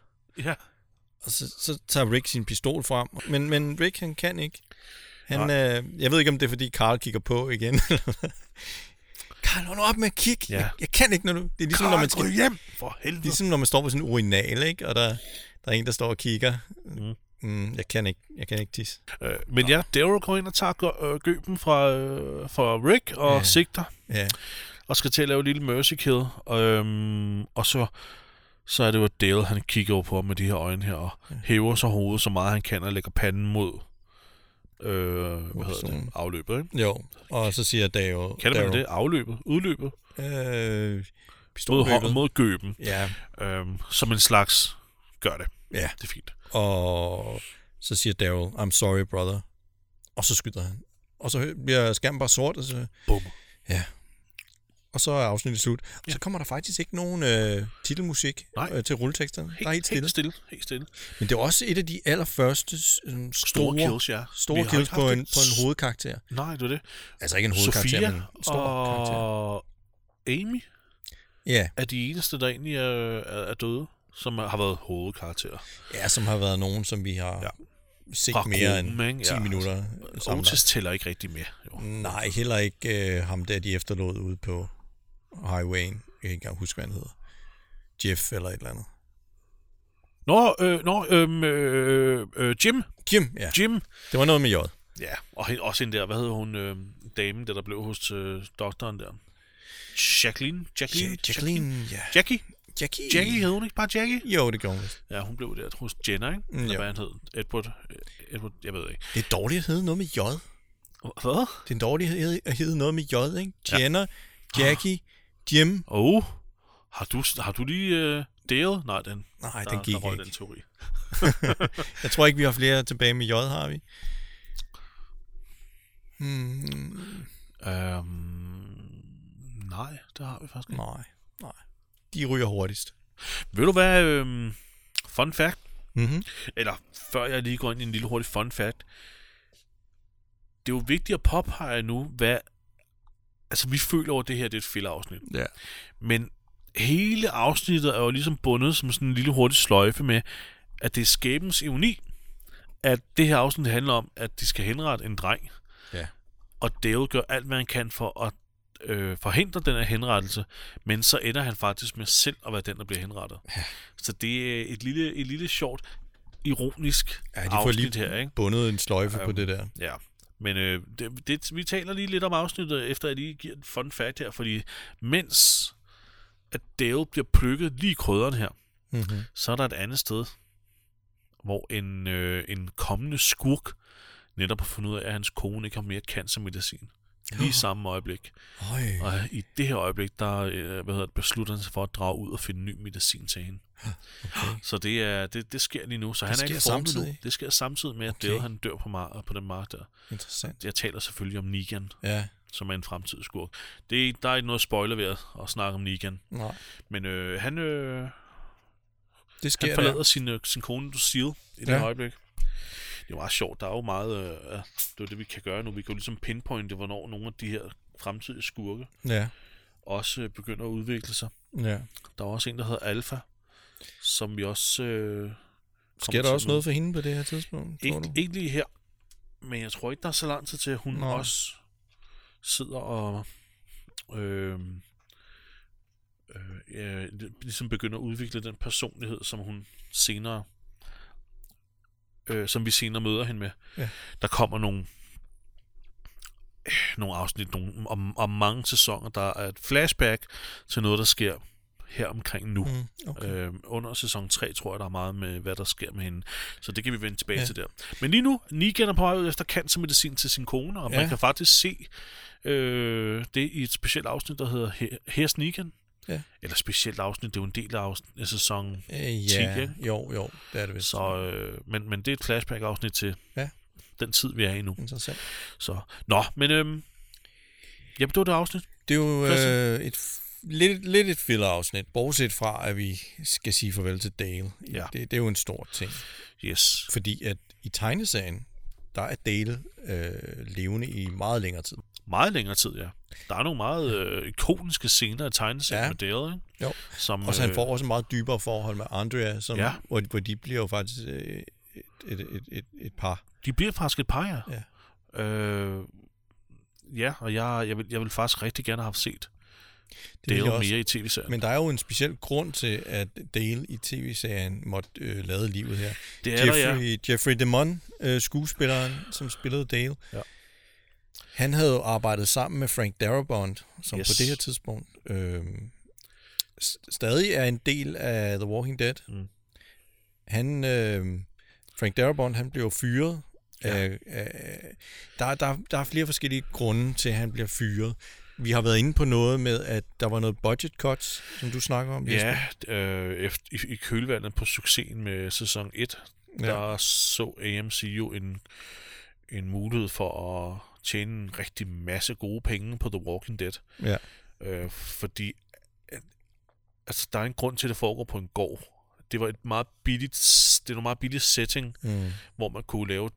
Ja.
Og så, så tager Rick sin pistol frem. Men, men Rick, han kan ikke. Han, øh, jeg ved ikke, om det er, fordi Carl kigger på igen. eller hvad. Carl, hold nu op med at kigge.
Ja.
Ja. Jeg, jeg, kan ikke, når du... Det er ligesom, når man, skal,
hjem! For helvede.
ligesom når man står på sådan en urinal, ikke? Og der, der er en, der står og kigger. Mm. Mm, jeg kan ikke, jeg kan ikke tisse.
Øh, men ja, Daryl går ind og tager gø- øh, gøben fra, øh, fra Rick og ja. sigter,
Ja.
og skal til at lave et lille mercy kill. Øhm, og så, så er det jo, at Dale han kigger over på ham med de her øjne her, og hæver sig hovedet så meget han kan, og lægger panden mod øh, hvad hedder det?
Sådan.
afløbet. Ikke?
Jo, og så siger Dave...
Kalder man det? Afløbet? Udløbet?
Daryl, Øh,
Mod, hå-
pistolløbet.
mod gøben.
Ja,
Øhm, som en slags gør det.
ja.
Det er fint.
Og så siger Daryl, I'm sorry, brother. Og så skyder han. Og så bliver skærmen bare sort, og så,
Bum.
og så er afsnittet slut. Og så kommer der faktisk ikke nogen øh, titelmusik
Nej.
øh, til rulleteksterne.
Helt,
der er helt stille.
Helt stille. Helt stille.
Men det er også et af de allerførste øh, store,
Store kills, ja. Vi
store
har
kills
ikke haft
på en,
et
på en hovedkarakter.
Nej, det er det.
Altså ikke en hovedkarakter,
Sofia
men en stor karakter.
og Amy
Ja.
er de eneste, der egentlig er, er, er døde, som har været hovedkarakterer.
ja, som har været nogen, som vi har
Ja.
ja. set
Fra
mere
gruppen, ikke?
end 10
Ja.
ja. minutter
Otis
samlet.
tæller ikke rigtig med. Jo.
Nej, heller ikke øh, ham der, de efterlod ude på highwayen. Jeg kan ikke engang huske, hvad han hedder. Jeff eller et eller andet.
Nå, øh, nå øh, øh, øh, Jim.
Jim, ja.
Jim.
Det var noget med J.
Ja, og hende- også hende der, hvad hedder hun, øh, damen, der, der blev hos øh, doktoren der. Jacqueline? Jacqueline?
ja.
Jackie?
Jackie.
Jackie hed hun ikke bare Jackie?
Jo, det gjorde hun vist.
Ja, hun blev der hos Jenner, ikke?
Mm,
Eller
jo.
hvad han hed. Edward, øh, Edward, jeg ved ikke.
Det er dårligt at hedde noget med J.
Hvad?
Det er dårligt at hedde- at hedde noget med J, ikke? Jenner, Jackie, Jim.
Åh, oh, har, du, har du lige øh, delet? Nej, den,
Nej,
der,
den gik
der røg den
ikke.
teori.
Jeg tror ikke, vi har flere tilbage med J, har vi? Hmm,
Øhm, nej, det har vi faktisk ikke.
nej, nej. De ryger hurtigst.
Ved du hvad, øhm, fun fact,
Mm-hmm.
eller før jeg lige går ind i en lille hurtig fun fact, det er jo vigtigt at påpege nu, hvad, altså vi føler over, at det her det er et filler-afsnit,
Ja.
men hele afsnittet er jo ligesom bundet som sådan en lille hurtig sløjfe med, at det er skæbens ironi, at det her afsnit handler om, at de skal henrette en dreng,
Ja.
og Dale gør alt, hvad han kan for at øh, forhindre den her henrettelse, men så ender han faktisk med selv at være den, der bliver henrettet. Ja. Så det er et lille, et lille sjovt, ironisk
Ja,
ja,
de får
afsnit
lige
her, ikke?
bundet en sløjfe på det der.
Ja. Men øh, det, det, vi taler lige lidt om afsnittet, efter jeg lige giver et fun fact her, fordi mens at Dale bliver plukket lige i krydderen her,
Mm-hmm.
så er der et andet sted, hvor en, øh, en kommende skurk netop har fundet ud af, at hans kone ikke har mere cancermedicin. Lige i samme øjeblik.
Øj.
Og i det her øjeblik, der øh, hvad hedder, det, beslutter han sig for at drage ud og finde ny medicin til hende. Okay. Så det, er, det, det sker lige nu. Så det han er ikke
sker
formet nu.
samtidig?
Det sker samtidig med, at okay.
Okay.
Dale, han dør på, mar- på den mark der.
Interessant.
Jeg taler selvfølgelig om Negan,
Ja.
som er en fremtidig skurk. Det, er- der er ikke noget spoiler ved at, at snakke om Negan.
Nej.
Men øh, han, øh,
Det sker
han
der.
forlader sin, øh, sin kone Lucille i det
Ja.
her øjeblik. Det er meget sjovt. Der er jo meget... Øh, ja, det er jo det, vi kan gøre nu. Vi kan jo ligesom pinpointe, hvornår nogle af de her fremtidige skurke
Ja,
også øh, begynder at udvikle sig.
ja.
Der er også en, der hedder Alpha, som vi også... Øh, kommer
Sker der
til
også
at møde.
noget for hende på det her tidspunkt, tror du?
Ikke, ikke lige her, men jeg tror ikke, der er så lang tid til, at hun
Nå.
Nå. også sidder og øh, øh, øh, ligesom begynder at udvikle den personlighed, som hun senere øh, som vi senere møder hende med.
Ja.
Der kommer nogle øh, nogle afsnit nogle, om, om mange sæsoner, der er et flashback til noget, der sker her omkring nu.
Mm, okay.
Øh, under sæson 3 tror jeg, der er meget med, hvad der sker med hende. Så det kan vi vende tilbage
Ja.
ja. til der. Men lige nu, Negan er på vej ud efter cancermedicin til sin kone, og ja.
Ja.
man kan faktisk se øh, det i et specielt afsnit, der hedder Her- Here's Negan.
Ja.
Eller specielt afsnit, det er jo en del af, afsnit, af sæsonen.
Øh,
Ti,
ja,
ikke?
jo, jo, det er det vist.
Så, øh, men, men det er et flashback-afsnit til
Ja.
den tid, vi er i nu.
Interessant.
Så, nå, men øhm, jamen, det var det afsnit.
Det er jo
Christian?
øh, et, f- lidt, lidt et filler-afsnit, bortset fra, at vi skal sige farvel til Dale.
Ja.
Det, det er jo en stor ting,
Yes.
fordi at i tegneserien, der er Dale øh, levende i meget længere tid.
Meget længere tid, ja. Der er nogle meget øh, ikoniske scener i tegneserien
Ja.
ja. med Dale, ikke?
Jo.
Som,
Og så han
øh,
får også et meget dybere forhold med Andrea, som, ja.
Ja.
hvor, hvor de bliver jo faktisk øh, et, et, et, et, et par.
De bliver faktisk et par, ja. Ja, øh, ja og jeg, jeg, vil, jeg vil faktisk rigtig gerne have haft set
vil
Dale
jeg
mere
også.
i tv-serien.
Men der er jo en speciel grund til, at Dale i tv-serien måtte øh, lade livet her.
Det er der,
Jeffrey,
ja.
Jeffrey DeMond, øh, skuespilleren, som spillede Dale,
Ja.
han havde jo arbejdet sammen med Frank Darabont, som yes.
Yes.
på det her tidspunkt øh, s- stadig er en del af The Walking Dead. Mm.
Mm.
Han, øh, Frank Darabont, han blev fyret.
Ja.
Ja. Øh, øh, der, der, der er flere forskellige grunde til, at han bliver fyret. Vi har været inde på noget med, at der var noget budget cuts, som du snakker om. Jesper.
Ja, øh, efter, i, i kølvandet på succesen med sæson 1, ja. der så AMC jo en, en mulighed for at tjene en rigtig masse gode penge på The Walking Dead.
ja.
Øh, fordi at- altså, der er en grund til, at det foregår på en gård. Det var et meget billigt, det var en meget billig setting,
Mm.
hvor man kunne lave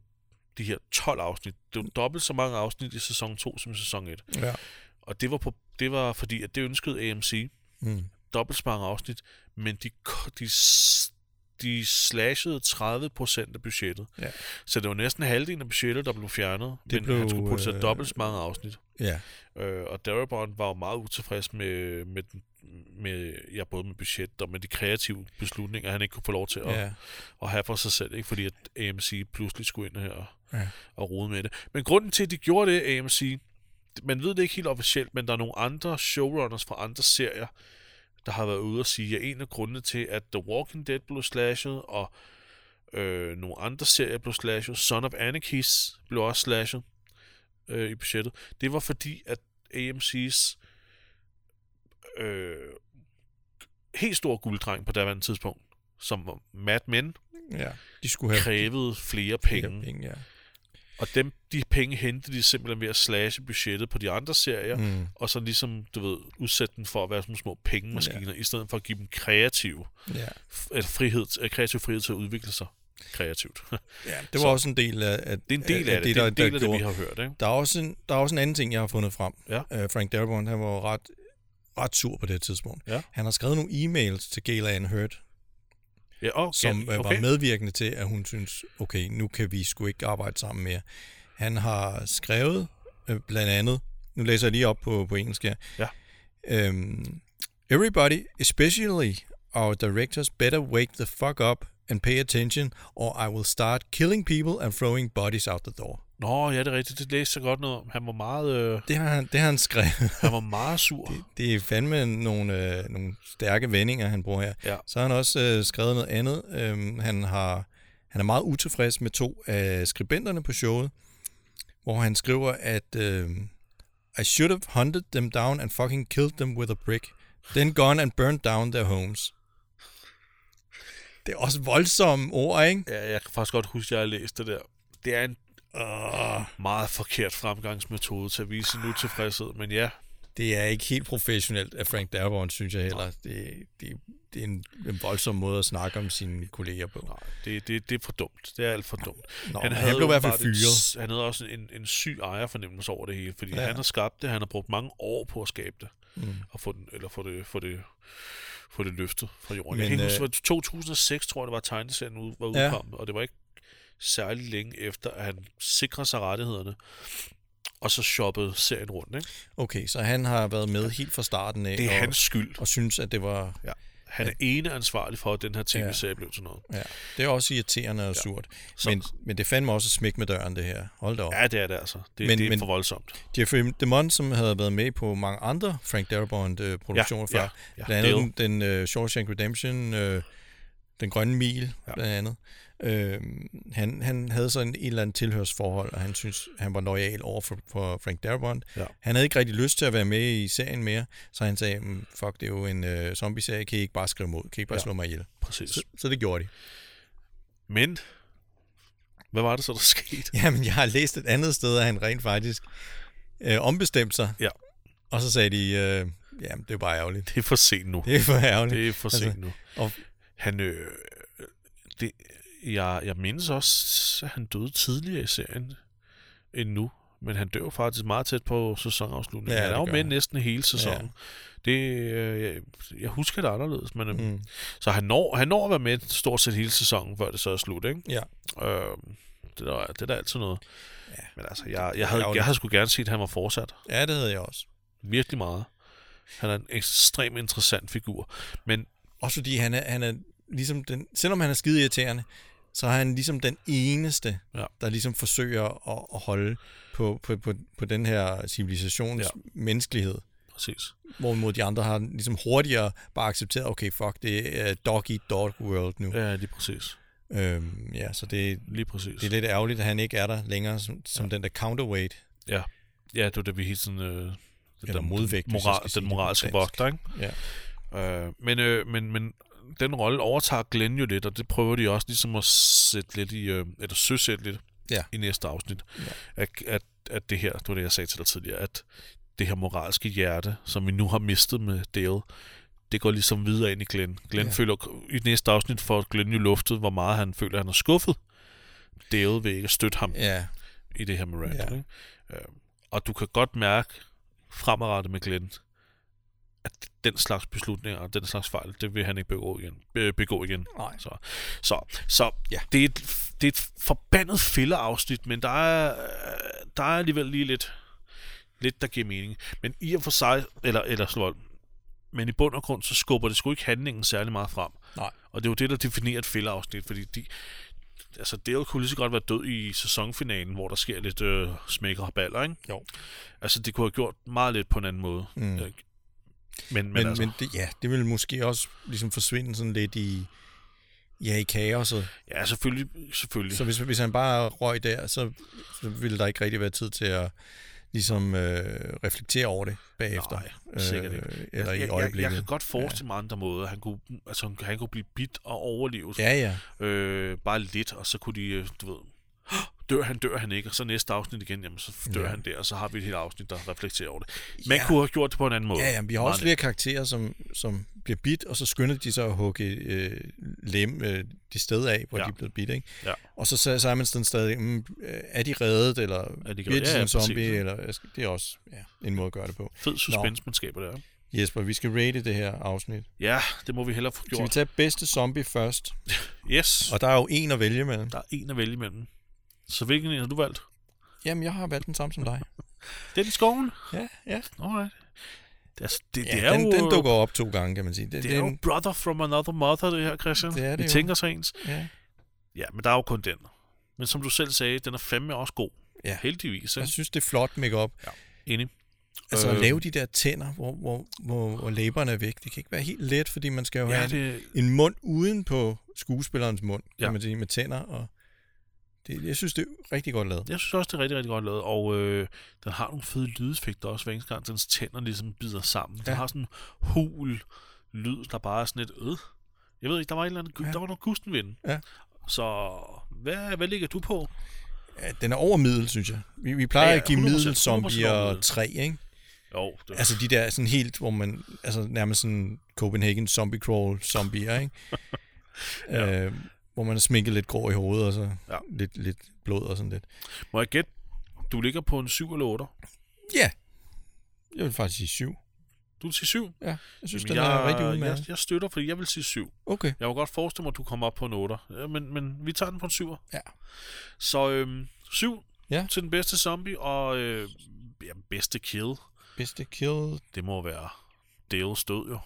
de her 12 afsnit. Det var dobbelt så mange afsnit i sæson 2 som i sæson 1.
ja.
Og det var, på, det var fordi, at det ønskede AMC.
Mm.
Dobbelt så mange afsnit, men de, ko- de, s- de slashede 30% af budgettet.
Ja.
Så det var næsten halvdelen af budgettet, der blev fjernet,
Det
det men
blev,
blev, han skulle producere
øh,
øh... dobbelt så mange afsnit.
ja.
Øh, og Darabont var jo meget utilfreds med, med, den- med ja, både med budget og med de kreative beslutninger, han ikke kunne få lov til at,
ja.
at have for sig selv, ikke? fordi at AMC pludselig skulle ind her og,
Ja.
ja. og rode med det. Men grunden til, at de gjorde det, AMC, man ved det ikke helt officielt, men der er nogle andre showrunners fra andre serier, der har været ude og sige, at en af grundene til, at The Walking Dead blev slashet, og øh, nogle andre serier blev slashet, Son of Anarchy's blev også slashet øh, i budgettet, det var fordi, at AMC's øh, helt store gulddreng på daværende tidspunkt, som var Mad Men,
Ja, de skulle have
krævede flere
flere
penge.
penge ja.
Og dem, de penge hentede de simpelthen ved at slashe budgettet på de andre serier, mm.
Mm.
og så ligesom, du ved, udsætte dem for at være sådan nogle små pengemaskiner, ja. i stedet for at give dem kreativ,
ja.
f- eller frihed, øh, kreativ frihed til at udvikle sig kreativt.
ja, det var så, også en del af, af
det er en del af det, det, det er en del af det, vi har hørt, ikke?
Der er, også en, der er også en anden ting, jeg har fundet frem.
Ja.
Øh, Frank Darabont, han var jo ret, ret sur på det her tidspunkt.
Ja.
Han har skrevet nogle e-mails til Galen Hurt,
Ja, og,
som
ja,
øh, var medvirkende til, at hun synes, okay, nu kan vi sgu ikke arbejde sammen mere. Han har skrevet øh, blandt andet, nu læser jeg lige op på, på engelsk her.
Ja.
Øhm, Everybody, especially our directors, better wake the fuck up and pay attention, or I will start killing people and throwing bodies out the door.
Nå, ja, det er rigtigt, det læste jeg godt noget om. Han var meget, øh,
Det har han, det har han skrevet.
han var meget sur.
Det er fandme nogle, øh, nogle stærke vendinger, han bruger her.
Ja.
Så har han også øh, skrevet noget andet. Øhm, han, har, han er meget utilfreds med to af skribenterne på showet, hvor han skriver, at øh, I should have hunted them down and fucking killed them with a brick. Then gone and burned down their homes. Det er også voldsomme ord, ikke?
Ja, jeg kan faktisk godt huske, at jeg har læst det der. Det er en øh, meget forkert fremgangsmetode til at vise sin utilfredshed, men ja,
det er ikke helt professionelt af Frank Darabont, synes jeg heller. Det, det, det er en, en voldsom måde at snakke om sine kolleger på.
Nej, det, det, det er for dumt. Det er alt for dumt.
Nå, han, han blev i hvert fald
åbenbart en
fyret.
s- Han havde også en, en syg ejerfornemmelse over det hele, fordi ja.
Ja.
han har skabt det, han har brugt mange år på at skabe det,
Mm.
og få, den, eller få det, få det, få det løftet fra jorden. Men, jeg
Men,
kan ikke huske,
øh,
det var 2006, tror jeg, det var tegneserien ud, var
Ja.
udkommet, og det var ikke særlig længe efter, at han sikrede sig rettighederne, og så shoppede serien rundt. Ikke?
Okay, så han har været med helt fra starten af,
Det er
og,
hans skyld.
og synes, at det var
Han er ene ansvarlig for, at den her tv-serie blev til noget.
Ja, det er også irriterende og surt.
Så-
Men, men det fandt mig også at smække med døren, det her. Hold da op. Ja.
Ja, det er det altså. Det,
Men-
men, det er
men-
for voldsomt.
Jeffrey Demont, som havde været med på mange andre Frank Darabont-produktioner
Ja,
før,
ja, ja.
blandt andet
Bill.
den, den uh, Shawshank Redemption, uh, Den Grønne Mil,
Ja.
ja. blandt andet. Uh, han, han havde sådan et eller andet tilhørsforhold, og han synes han var lojal over for, for Frank Darabont.
Ja.
Han havde ikke rigtig lyst til at være med i serien mere, så han sagde, "Mm, fuck, det er jo en uh, zombie-serie, kan I ikke bare skrive mod, kan I ikke bare
Ja.
ja. slå mig ihjel?
Præcis.
Så, så det gjorde de.
Men, hvad var det så, der skete?
Jamen, jeg har læst et andet sted, at han rent faktisk øh, ombestemte sig.
Ja.
Og så sagde de, øh, jamen, det er bare ærgerligt.
Det er for sent nu.
Det er for ærgerligt.
Det er for sent nu.
altså, og-
Han, øh, det, jeg, jeg mindes også, at han døde tidligere i serien end nu. Men han dør jo faktisk meget tæt på sæsonafslutningen.
Ja,
Ja, han er
det
jo
gør
med
han.
næsten hele sæsonen. Det, øh, jeg, jeg husker det anderledes. Men, øh, mm.
Mm.
Så han når, han når at være med stort set hele sæsonen, før det så er slut. Ikke?
Ja.
Øh, det, er der, det er der altid noget. Ja, men altså, jeg, jeg, havde,
ærgerligt.
jeg havde sgu gerne set, at han var fortsat.
ja, det havde jeg også.
Virkelig meget. Han er en ekstremt interessant figur. Men
Også fordi han er, han er ligesom den, selvom han er skide irriterende, så er han ligesom den eneste,
Ja.
der ligesom forsøger at, at holde på, på, på, på den her civilisations
Ja.
ja. menneskelighed.
præcis.
Hvorimod de andre har ligesom hurtigere bare accepteret, okay, fuck, det er dog eat dog world nu. Ja,
Ja, lige præcis.
øhm, ja så det,
Lige præcis.
Det er lidt ærgerligt, at han ikke er der længere som, som ja. den der counterweight.
Ja. ja, det var det, vi hele tiden... Øh,
Eller modvægt, hvis jeg
moral,
skal sige
den
det på
moralske
dansk.
vogter, ikke?
Ja.
Øh, men, øh, men, men den rolle overtager Glenn jo lidt, og det prøver de også ligesom at sætte lidt i, øh, eller søsætte lidt
Ja.
i næste afsnit.
Ja.
At, at, at det her, det var det, jeg sagde til dig tidligere, at det her moralske hjerte, som vi nu har mistet med Dale, det går ligesom videre ind i Glenn. Glenn ja.
Ja.
føler, i næste afsnit får Glenn jo luftet, hvor meget han føler, han har skuffet. Dale vil ikke støtte ham
Ja,
i det her med Randall. Ja.
Ja.
Ikke? Øh, og du kan godt mærke fremadrettet med Glenn, at den slags beslutninger og den slags fejl, det vil han ikke begå igen. Be- begå igen.
nej.
Så, så, så ja.
Ja.
det, er et, det er et forbandet filler-afsnit, men der er, øh, der er alligevel lige lidt, lidt, der giver mening. Men i og for sig, eller, eller slå, men i bund og grund, så skubber det sgu ikke handlingen særlig meget frem.
Nej.
Og det er jo det, der definerer et fælleafsnit, fordi de, altså Dale kunne lige så godt være død i sæsonfinalen, hvor der sker lidt øh, smækker og baller, ikke?
Jo.
Altså, det kunne have gjort meget lidt på en anden måde.
Mm.
Ikke? Men, Øh, men,
Men,
altså,
men det, ja, det vil måske også ligesom forsvinde sådan lidt i, ja, i kaoset.
ja, selvfølgelig, selvfølgelig.
Så hvis, hvis han bare røg der, så, så ville der ikke rigtig være tid til at ligesom øh, reflektere over det bagefter.
Nej, sikkert ikke.
Øh, eller i
jeg, jeg, jeg
øjeblikket.
kan godt forestille mig andre måder. Han kunne, altså, han- han kunne blive bit og overleve
Ja, ja.
øh, bare lidt, og så kunne de, øh, du ved, dør han, dør han ikke, og så næste afsnit igen, jamen så dør ja.
Ja.
han der, og så har vi et helt afsnit, der reflekterer over det. Man ja.
Ja.
kunne have gjort det på en anden måde.
Ja, ja, vi har
Meget
også flere karakterer, som, som bliver bidt, og så skynder de sig at hugge øh, lem øh, de steder af, hvor
Ja.
ja. de er blevet bidt. Ikke?
Ja.
Og så, så så er man sådan stadig, mm, øh, er de reddet, eller
reddet?
er de
Ja,
bliver de sådan
ja,
en zombie?
præcis.
Eller, jeg skal- det er også ja, en måde at gøre det på.
Fed suspense, man skaber der.
Jesper, vi skal rate det her afsnit.
Ja, det må vi hellere få
Skal vi
gjort.
tage bedste zombie først?
Yes, og
Og der er jo en at vælge mellem.
der er en at vælge imellem. Så hvilken en har du valgt?
Jamen, jeg har valgt den samme som dig.
Den i skoven?
Ja, ja.
Alright. Det, er- det, det
ja
er
den,
jo, øh,
den dukker op to gange, kan man sige. Det,
det er jo brother from another mother, det her, Christian.
Det er det
vi
jo.
tænker så ens.
ja.
Ja, men der er jo kun den. Men som du selv sagde, den er fandme også god.
Ja.
Heldigvis,
Jeg
ikke?
synes, det er flot make-up.
Enig.
Altså øh,
Øh,
at lave de der tænder, hvor, hvor, hvor, hvor læberne er væk, det kan ikke være helt let, fordi man skal jo ja,
Ja,
have det...
det,
en mund uden på skuespillerens mund, kan
Ja.
man sige, med tænder. Og det, jeg synes, det er rigtig godt lavet.
jeg synes også, det er rigtig, rigtig godt lavet. Og øh, den har nogle fede lydeffekter også, hver eneste gang dens tænder ligesom bider sammen. Ja. Den
Ja.
har sådan en hul lyd, der bare er sådan et øh. Jeg ved ikke, der var, et eller andet, ja.
Ja.
der var noget gustenvind.
Ja.
Så hvad, hvad ligger du på?
Ja, den er over middel, synes jeg. Vi, vi plejer
Ja,
ja,
ja,
at give
100%
middel zombier
overmiddel.
3, ikke?
Jo, det,
Altså de der sådan helt, hvor man altså nærmest sådan Copenhagen zombie crawl zombier, ikke? ja. øh, hvor man er sminket lidt grå i hovedet og så
Ja.
ja. lidt, lidt blod og sådan lidt.
må jeg gætte? Du ligger på en 7 eller 8.
Ja, jeg vil faktisk sige syv.
Du vil sige 7.
Ja, jeg synes, den er rigtig udmærket.
jeg, jeg støtter, fordi jeg vil sige 7.
Okay.
Jeg kunne godt forestille mig, at du kommer op på en 8. Men, men vi tager den på en 7.
Ja.
Så øhm, 7
Ja.
til den bedste zombie, og øh, ja, bedste kill,
Bedste kill.
det må være Dales død jo.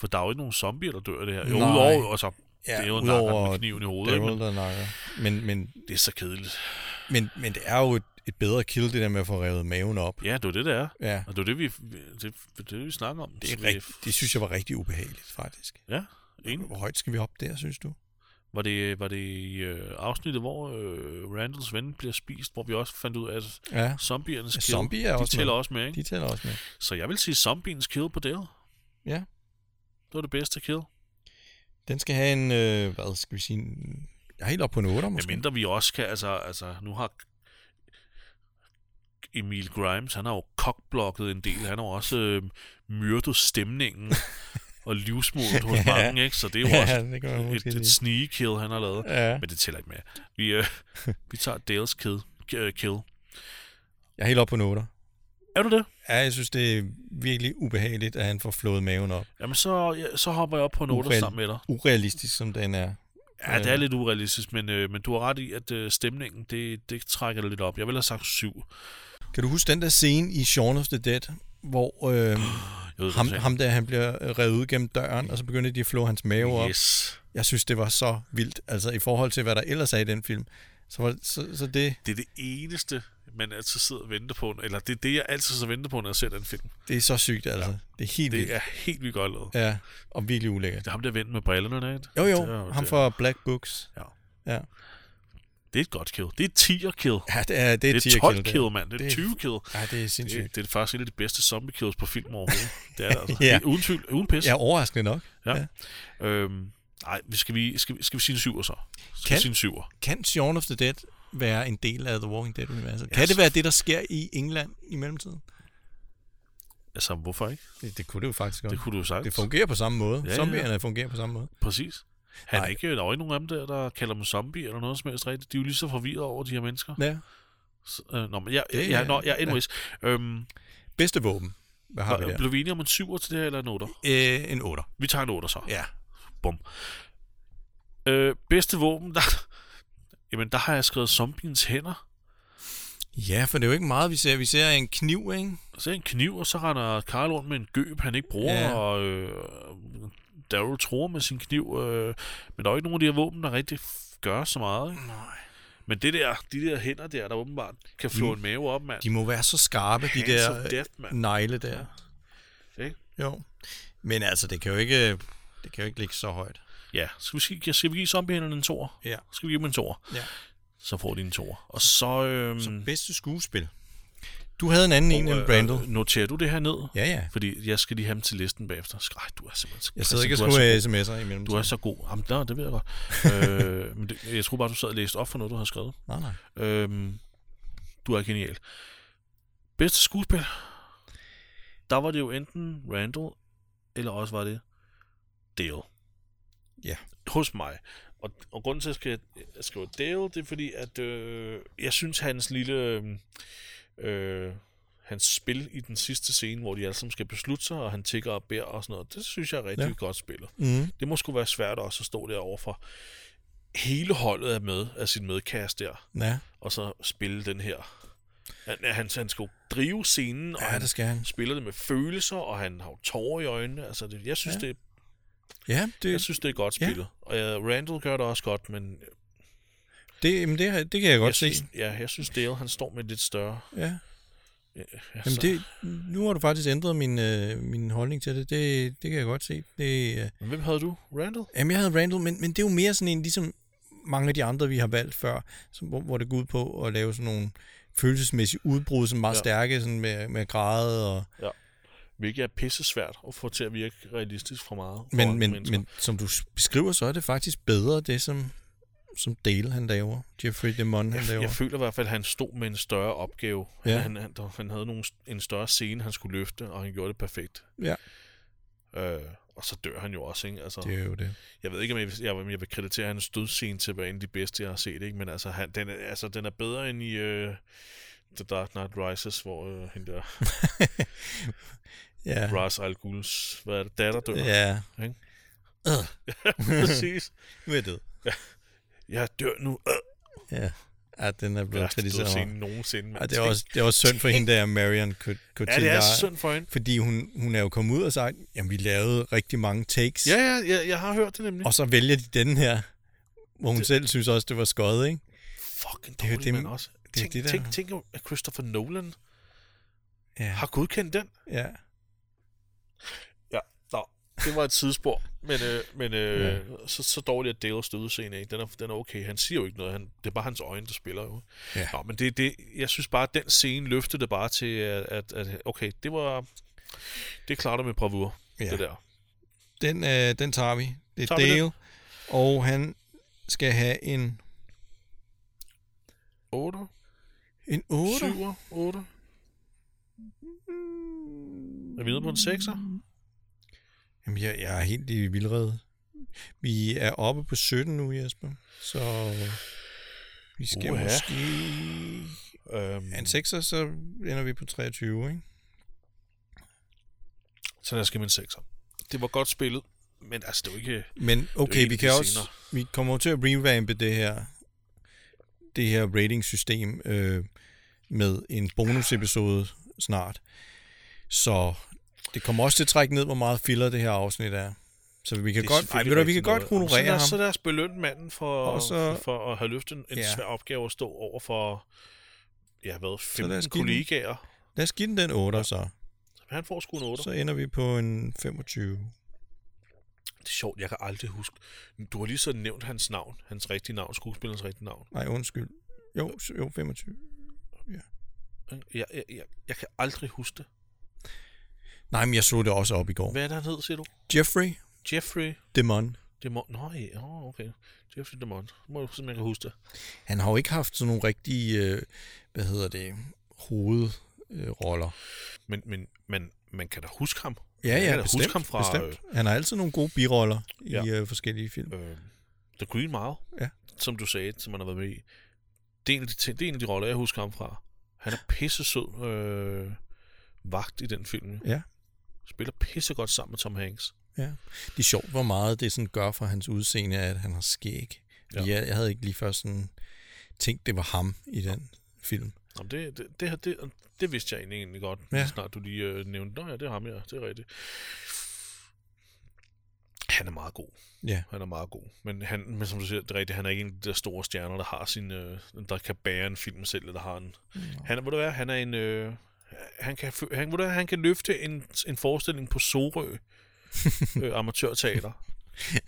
For der er jo ikke nogen zombier, der dør af det her. Jo,
Nej.
udover, altså,
Ja,
det er jo
udover
nakken med kniven i hovedet, ikke?
Daryl, der nakker. Men, men,
det er så kedeligt.
men, men det er jo et, et bedre kill, det der med at få revet maven op.
Ja, det er jo det, det er.
Ja,
Og det er jo det, vi, det, det, er det, vi snakker om.
det,
Så
er rigt, det synes jeg var rigtig ubehageligt, faktisk.
Ja, enig.
Hvor højt skal vi hoppe der, synes du?
Var det, var det i øh, afsnittet, hvor øh, Randalls ven bliver spist, hvor vi også fandt ud af, at
Ja,
zombiernes
Ja,
kill,
zombie er
de
også
tæller
med.
også med, ikke?
de tæller også med.
Så jeg vil sige zombiens kill på Dale.
Ja.
Det var det bedste kill.
Den skal have en, øh, hvad skal vi sige, en, jeg er helt op på en 8
Men
måske.
mindre vi også kan, altså, altså nu har Emil Grimes, han har jo kokblokket en del. Han har jo også øh, myrdet stemningen og livsmodet hos
Ja.
mange, ikke? Så det er jo også
ja, det kan man
et,
måske
et
sige.
sneak kill, han har lavet.
Ja.
Men det tæller ikke med. Vi, øh, vi tager Dales kill. øh, kill.
Jeg er helt op på en 8.
Er du det?
Ja, jeg synes, det er virkelig ubehageligt, at han får flået maven op.
Jamen, så, ja, så hopper jeg op på en 8
Ureal-
sammen med dig.
Urealistisk, som den er.
Ja, det er lidt urealistisk, men, øh, men du har ret i, at øh, stemningen, det, det trækker det lidt op. Jeg ville have sagt 7.
Kan du huske den der scene i Shaun of the Dead, hvor øh,
Jeg ved,
ham,
hvad du
ham der, han bliver øh, revet ud gennem døren, og så begynder de at flå hans mave
sagde.
op.
Yes.
Jeg synes, det var så vildt. Altså, i forhold til, hvad der ellers er i den film. Så, var, så, så det,
Det er det eneste, man altid sidder og venter på. Eller det er det, jeg altid sidder og venter på, når jeg ser den film.
det er så sygt, altså. Ja. Det er helt
Det
vildt.
er helt vildt godt lavet.
Ja, og virkelig ulækkert.
Det er ham, der venter med brillerne, ikke?
Jo,
Det er
jo, ham
det.
fra Black Books.
Ja.
Ja,
Det er et godt kill. Det er et 10'er kill.
ja det er, det er,
Det er 12 kill, mand. Det er
Det er-
20 kill.
Ja, det er
Det,
sindssygt.
det er faktisk et af de bedste zombie kills på film overhovedet. Det er det altså.
Ja.
Det er uden tvivl. Uden pis.
Ja, overraskende nok.
Øhm, ej, vi skal, vi, skal, vi- skal vi sige en syver så? Skal
Kan-
vi sige en syver?
Kan Shaun of the Dead være en del af The Walking Dead-universet? Kan
Yes.
det være det, der sker i England i mellemtiden?
Altså, hvorfor ikke?
Det, det kunne det jo faktisk godt.
Det kunne du jo sagt.
Det fungerer på samme måde.
Ja,
Ja,
ja.
Zombierne fungerer på samme måde.
Præcis. Han er
Nej.
ikke, der er jo ikke nogen af dem der, der kalder dem zombie eller noget som helst rigtigt. De er jo lige så forvirret over de her mennesker.
Ja.
Så, øh, nå, men jeg,
Det
jeg, jeg,
er-
nå, jeg anyways. Øhm,
Bedste våben. Hvad har vi
var-
der?
blev vi enige om en syver til det her, eller en otter?
Øh, en 8.
Vi tager en otter så.
Ja.
Øh, bedste våben, der... Jamen, der har jeg skrevet zombiens hænder.
Ja, for det er jo ikke meget, vi ser. Vi ser en kniv, ikke?
Så en kniv, og så render Karl rundt med en gøb, han ikke bruger, ja.
Ja.
og øh, Daryl tror med sin kniv. Øh, men der er jo ikke nogen af de her våben, der rigtig f- gør så meget. Ikke?
Nej. Mm.
Men det der, de der hænder der, der åbenbart kan flå en mave op, mand.
De må være så skarpe, de
Hands
der
of death, mand.
negle der.
Ikke?
Jo. Men altså, det kan jo ikke, det kan jo ikke ligge så højt.
Ja, skal vi, skal, skal vi give zombiehænderne en tor?
Ja.
Skal vi give dem en tor?
Ja.
Så får de en tor. Og så... Øhm, så
Bedste skuespil. Du havde en anden
øh,
en end Brandel.
noterer du det her ned?
Ja, ja.
Fordi jeg skal lige have dem til listen bagefter. Sk- Ej, du er simpelthen... så-
Jeg sidder ikke og
du er så-
skriver øh, sms'er imellem.
Du er så god. Jamen, nej, det ved jeg godt. øh, men det, jeg tror bare, du sad og læste op for noget, du har skrevet.
Nej, nej.
Øhm, du er genial. Bedste skuespil? Der var det jo enten Randall, eller også var det Dale.
Ja.
Hos mig. Og, og grunden til, at jeg skal jeg skrive Dale, det er fordi, at øh, jeg synes, hans lille... øh, Øh, hans spil i den sidste scene, hvor de alle sammen skal beslutte sig, og han tigger og beder og sådan noget, det synes jeg er rigtig ja.
Ja.
godt spillet
Mm.
det må sgu være svært også at stå derovre for hele holdet er med af sin medkast der,
Ja.
og så spille den her. Han, han, han skal jo drive scenen, og
ja,
han
det skal han.
spiller det med følelser, og han har jo tårer i øjnene. Altså, det, jeg, synes, ja.
Ja.
det,
Ja,
jeg
det,
synes, det er godt
Ja.
spillet. Og uh, Randall gør det også godt, men
det, jamen, det, har- det kan jeg godt
jeg
se.
synes, ja, jeg synes Dale, han står med et lidt større...
Ja.
Ja,
Jamen
altså,
det, nu har du faktisk ændret min, øh, min holdning til det. det. Det kan jeg godt se. Det, øh,
Hvem havde du? Randall?
jamen, jeg havde Randall, men, men det er jo mere sådan en, ligesom mange af de andre, vi har valgt før, som, hvor, hvor det går ud på at lave sådan nogle følelsesmæssige udbrud, sådan meget
Ja.
ja. stærke sådan med, med græde. Og,
Hvilket er pisse svært at få til at virke realistisk for meget. for
men,
andre
men,
mennesker.
men som du s- beskriver, så er det faktisk bedre det, som, som Dale han laver. Jeffrey DeMond han
Jeg,
laver.
jeg føler i hvert fald, at han stod med en større opgave.
Ja.
Ja. Han, han, der- han havde nogle, en større scene, han skulle løfte, og han gjorde det perfekt.
Ja.
Øh, og så dør han jo også, ikke? Altså,
Det er jo det.
Jeg ved ikke, om jeg, vil- jeg, om jeg vil kreditere hans dødsscene til at være en af de bedste, jeg har set, ikke? Men altså, han, den, er, altså, den er bedre end i øh, The Dark Knight Rises, hvor øh, hende der,
Ja.
Ra's al Ghuls, hvad er det, datter dør. Ja.
Ja.
Ikke?
Øh,
Præcis.
nu er jeg død.
Jeg dør nu. Øh,
Ja. Ja, den er blevet
værste
kritiseret. meget.
dødsscene nogensinde. mand.
Og det er også, det er også synd for hende der, Marion Cot-
Ja,
Cotillard.
det er synd for hende.
Fordi hun, hun er jo kommet ud og sagt, jamen vi lavede rigtig mange takes.
Ja, ja, ja, jeg har hørt det nemlig.
Og så vælger de den her, hvor hun det, selv synes også, det var skøjet, ikke?
fucking
er jo
dårlig, det,
det,
men
man-
også.
er
Tænk,
det, der-
tænk, tænk, jo, at Christopher Nolan
Ja.
har godkendt den.
ja.
Ja, nå. Det var et sidespor, men, øh, men øh, så, så dårligt, at Dale stod scene, ikke? Den er, den er okay. Han siger jo ikke noget. Han, det er bare hans øjne, der spiller jo.
Ja.
Nå, men det, det, jeg synes bare, at den scene løftede det bare til, at, at, at okay, det var... Det klarer du med bravur,
Ja.
ja. det der.
Den, øh, den tager vi. Det er
Tager
tager
vi den?
Dale, og han skal have en,
8,
en 8.
7, 8. Er vi nede på en 6'er?
Jamen, jeg, jeg er helt i vildrede. Vi er oppe på 17 nu, Jesper. Så vi skal
Uha.
Uha. måske...
Øhm,
Ja, en 6'er, så ender vi på 23, ikke?
så lad os give min 6'er. Det var godt spillet, men altså, det var ikke...
Men
en
okay,
af
vi
de
kan også...
senere.
Vi kommer jo til at revampe det her det her rating-system øh, med en bonusepisode snart. Så det kommer også til at trække ned, hvor meget filler det her afsnit er. Så vi kan
Det er
godt, ej,
selvfølgelig
ved du, hvad, vi kan
rigtig
godt
noget. Jamen, så lad
honorere
os-
ham.
Så lad os belønne manden for,
Og så-
så, for at have løftet en, en
Ja.
svær opgave at stå over for ja, hvad,
lad
15
os give den.
kollegaer.
Lad os give den den 8 så.
Han får sgu en 8.
Så ender vi på en 25.
Det er sjovt, jeg kan aldrig huske. Du har lige så nævnt hans navn, hans rigtige navn, skuespillerens rigtige navn.
Nej, undskyld. Jo, s- jo 25.
Jeg, jeg, jeg, jeg kan aldrig huske det.
Nej, men jeg så det også op i går.
Hvad er det, han hed, siger du?
Jeffrey
Jeffrey
Demon.
Demont. Nej, oh, okay. Jeffrey Demont. Må jeg se, om jeg kan huske det.
Han har jo ikke haft sådan nogle rigtige, øh, hvad hedder det, hovedroller.
Men, men man, man kan da huske ham.
Ja,
Jeg
ja,
kan da
bestemt,
huske ham fra, øh,
bestemt. Han har altid nogle gode biroller
Ja.
i øh, forskellige film.
øh, The Green Mile,
Ja.
som du sagde, som han har været med i. Det er en af de, ting- det er en af de roller, jeg husker ham fra. Han er pissesød øh, vagt i den film.
Ja.
Spiller pissegodt sammen med Tom Hanks.
Ja. Det er sjovt, hvor meget det sådan gør for hans udseende, at han har skæg. Ja.
Ja.
Jeg, jeg havde ikke lige først sådan tænkt, det var ham i den film.
Jamen, det, det, det, her- det, det vidste jeg egentlig, egentlig godt,
Ja.
ja. snart du lige øh, nævnte. Nå ja, det er ham, ja. Det er rigtigt. Han er meget god.
Ja.
Han er meget god. Men, han, men som du siger, det er rigtigt, han er ikke en af de der store stjerner, der, har sin, øh, der kan bære en film selv, eller har en... Han, må du være, han er en... Øh, han kan, fø- han, må du være, han kan løfte en, en forestilling på Sorø øh, amatørteater.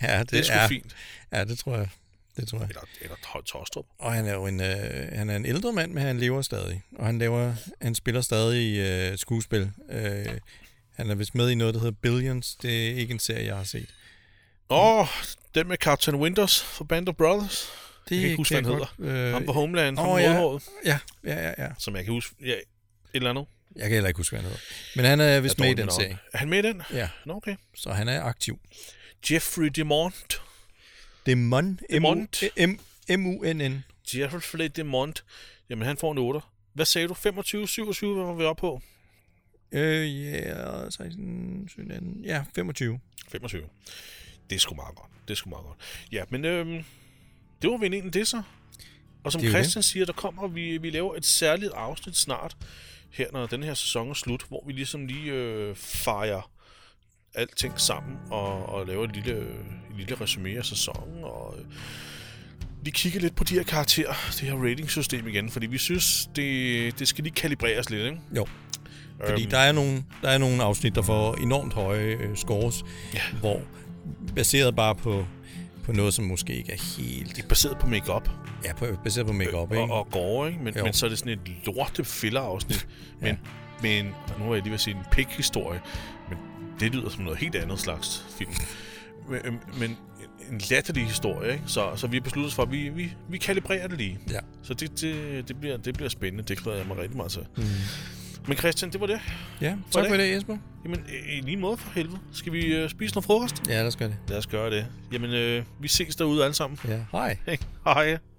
Ja, det,
Det er sgu
er
fint.
Ja, det tror jeg. Det tror jeg.
Eller, eller Høj Tostrup.
Og han er jo en, øh, han er en ældre mand, men han lever stadig. Og han, laver, han spiller stadig øh, skuespil. Øh, han er vist med i noget, der hedder Billions. Det er ikke en serie, jeg har set.
Åh, oh, den med Captain Winters fra Band of Brothers.
Det
Jeg kan ikke huske, hvad han
hedder. Øh,
Ham på Homeland,
Nå,
oh,
ja.
ja.
ja, ja, ja, ja.
som jeg kan huske. Ja, et eller andet.
Jeg kan heller ikke huske, hvad han hedder. Men han er vist
Jeg
med
er dårlig
i den
med navne.
serie.
Er han med i den?
Ja,
Nå, okay.
så han er aktiv.
Jeffrey DeMont.
Demon.
Demont.
M-U-N-N.
Jeffrey DeMont. Jamen, han får en 8. Hvad sagde du? 25, 27, hvad var vi oppe på?
Øh, ja, 16, 17, 18, ja, 25.
25. Det er sgu meget godt. Det er sgu meget godt. Ja, men øhm, det var vel egentlig det så. Og som
Det er jo det.
Christian siger, der kommer vi, vi laver et særligt afsnit snart, her når den her sæson er slut, hvor vi ligesom lige øh, fejrer alting sammen og, og laver et lille, øh, et lille resume af sæsonen og øh, lige kigger lidt på de her karakterer, det her ratingsystem igen, fordi vi synes, det, det skal lige kalibreres lidt, ikke?
Jo. Fordi
Øhm.
der er, nogle, der er nogle afsnit, der får enormt høje øh, scores,
Ja.
hvor baseret bare på, på noget, som måske ikke er helt...
Baseret på makeup.
Ja, på, baseret på
og,
makeup, ikke?
Øh, og gore, ikke? Men,
Jo.
men så er det sådan et lorte filler-afsnit. Men, men og nu har jeg lige ved at sige en pik-historie, men det lyder som noget helt andet slags film. Men, øhm, men en latterlig historie, ikke? Så, så vi har besluttet os for, at vi, vi, vi kalibrerer det lige.
Ja.
Så det, det, det, bliver, det bliver spændende, det glæder jeg mig rigtig meget til.
Mm.
Men Christian, det var det.
Ja,
For
tak
det.
for det, Jesper.
Jamen, øh, i lige måde for helvede. Skal vi øh, spise noget frokost?
Ja, lad os gøre det.
Lad os gøre det. Jamen, øh, vi ses derude alle sammen.
Ja. Hej.
Hej.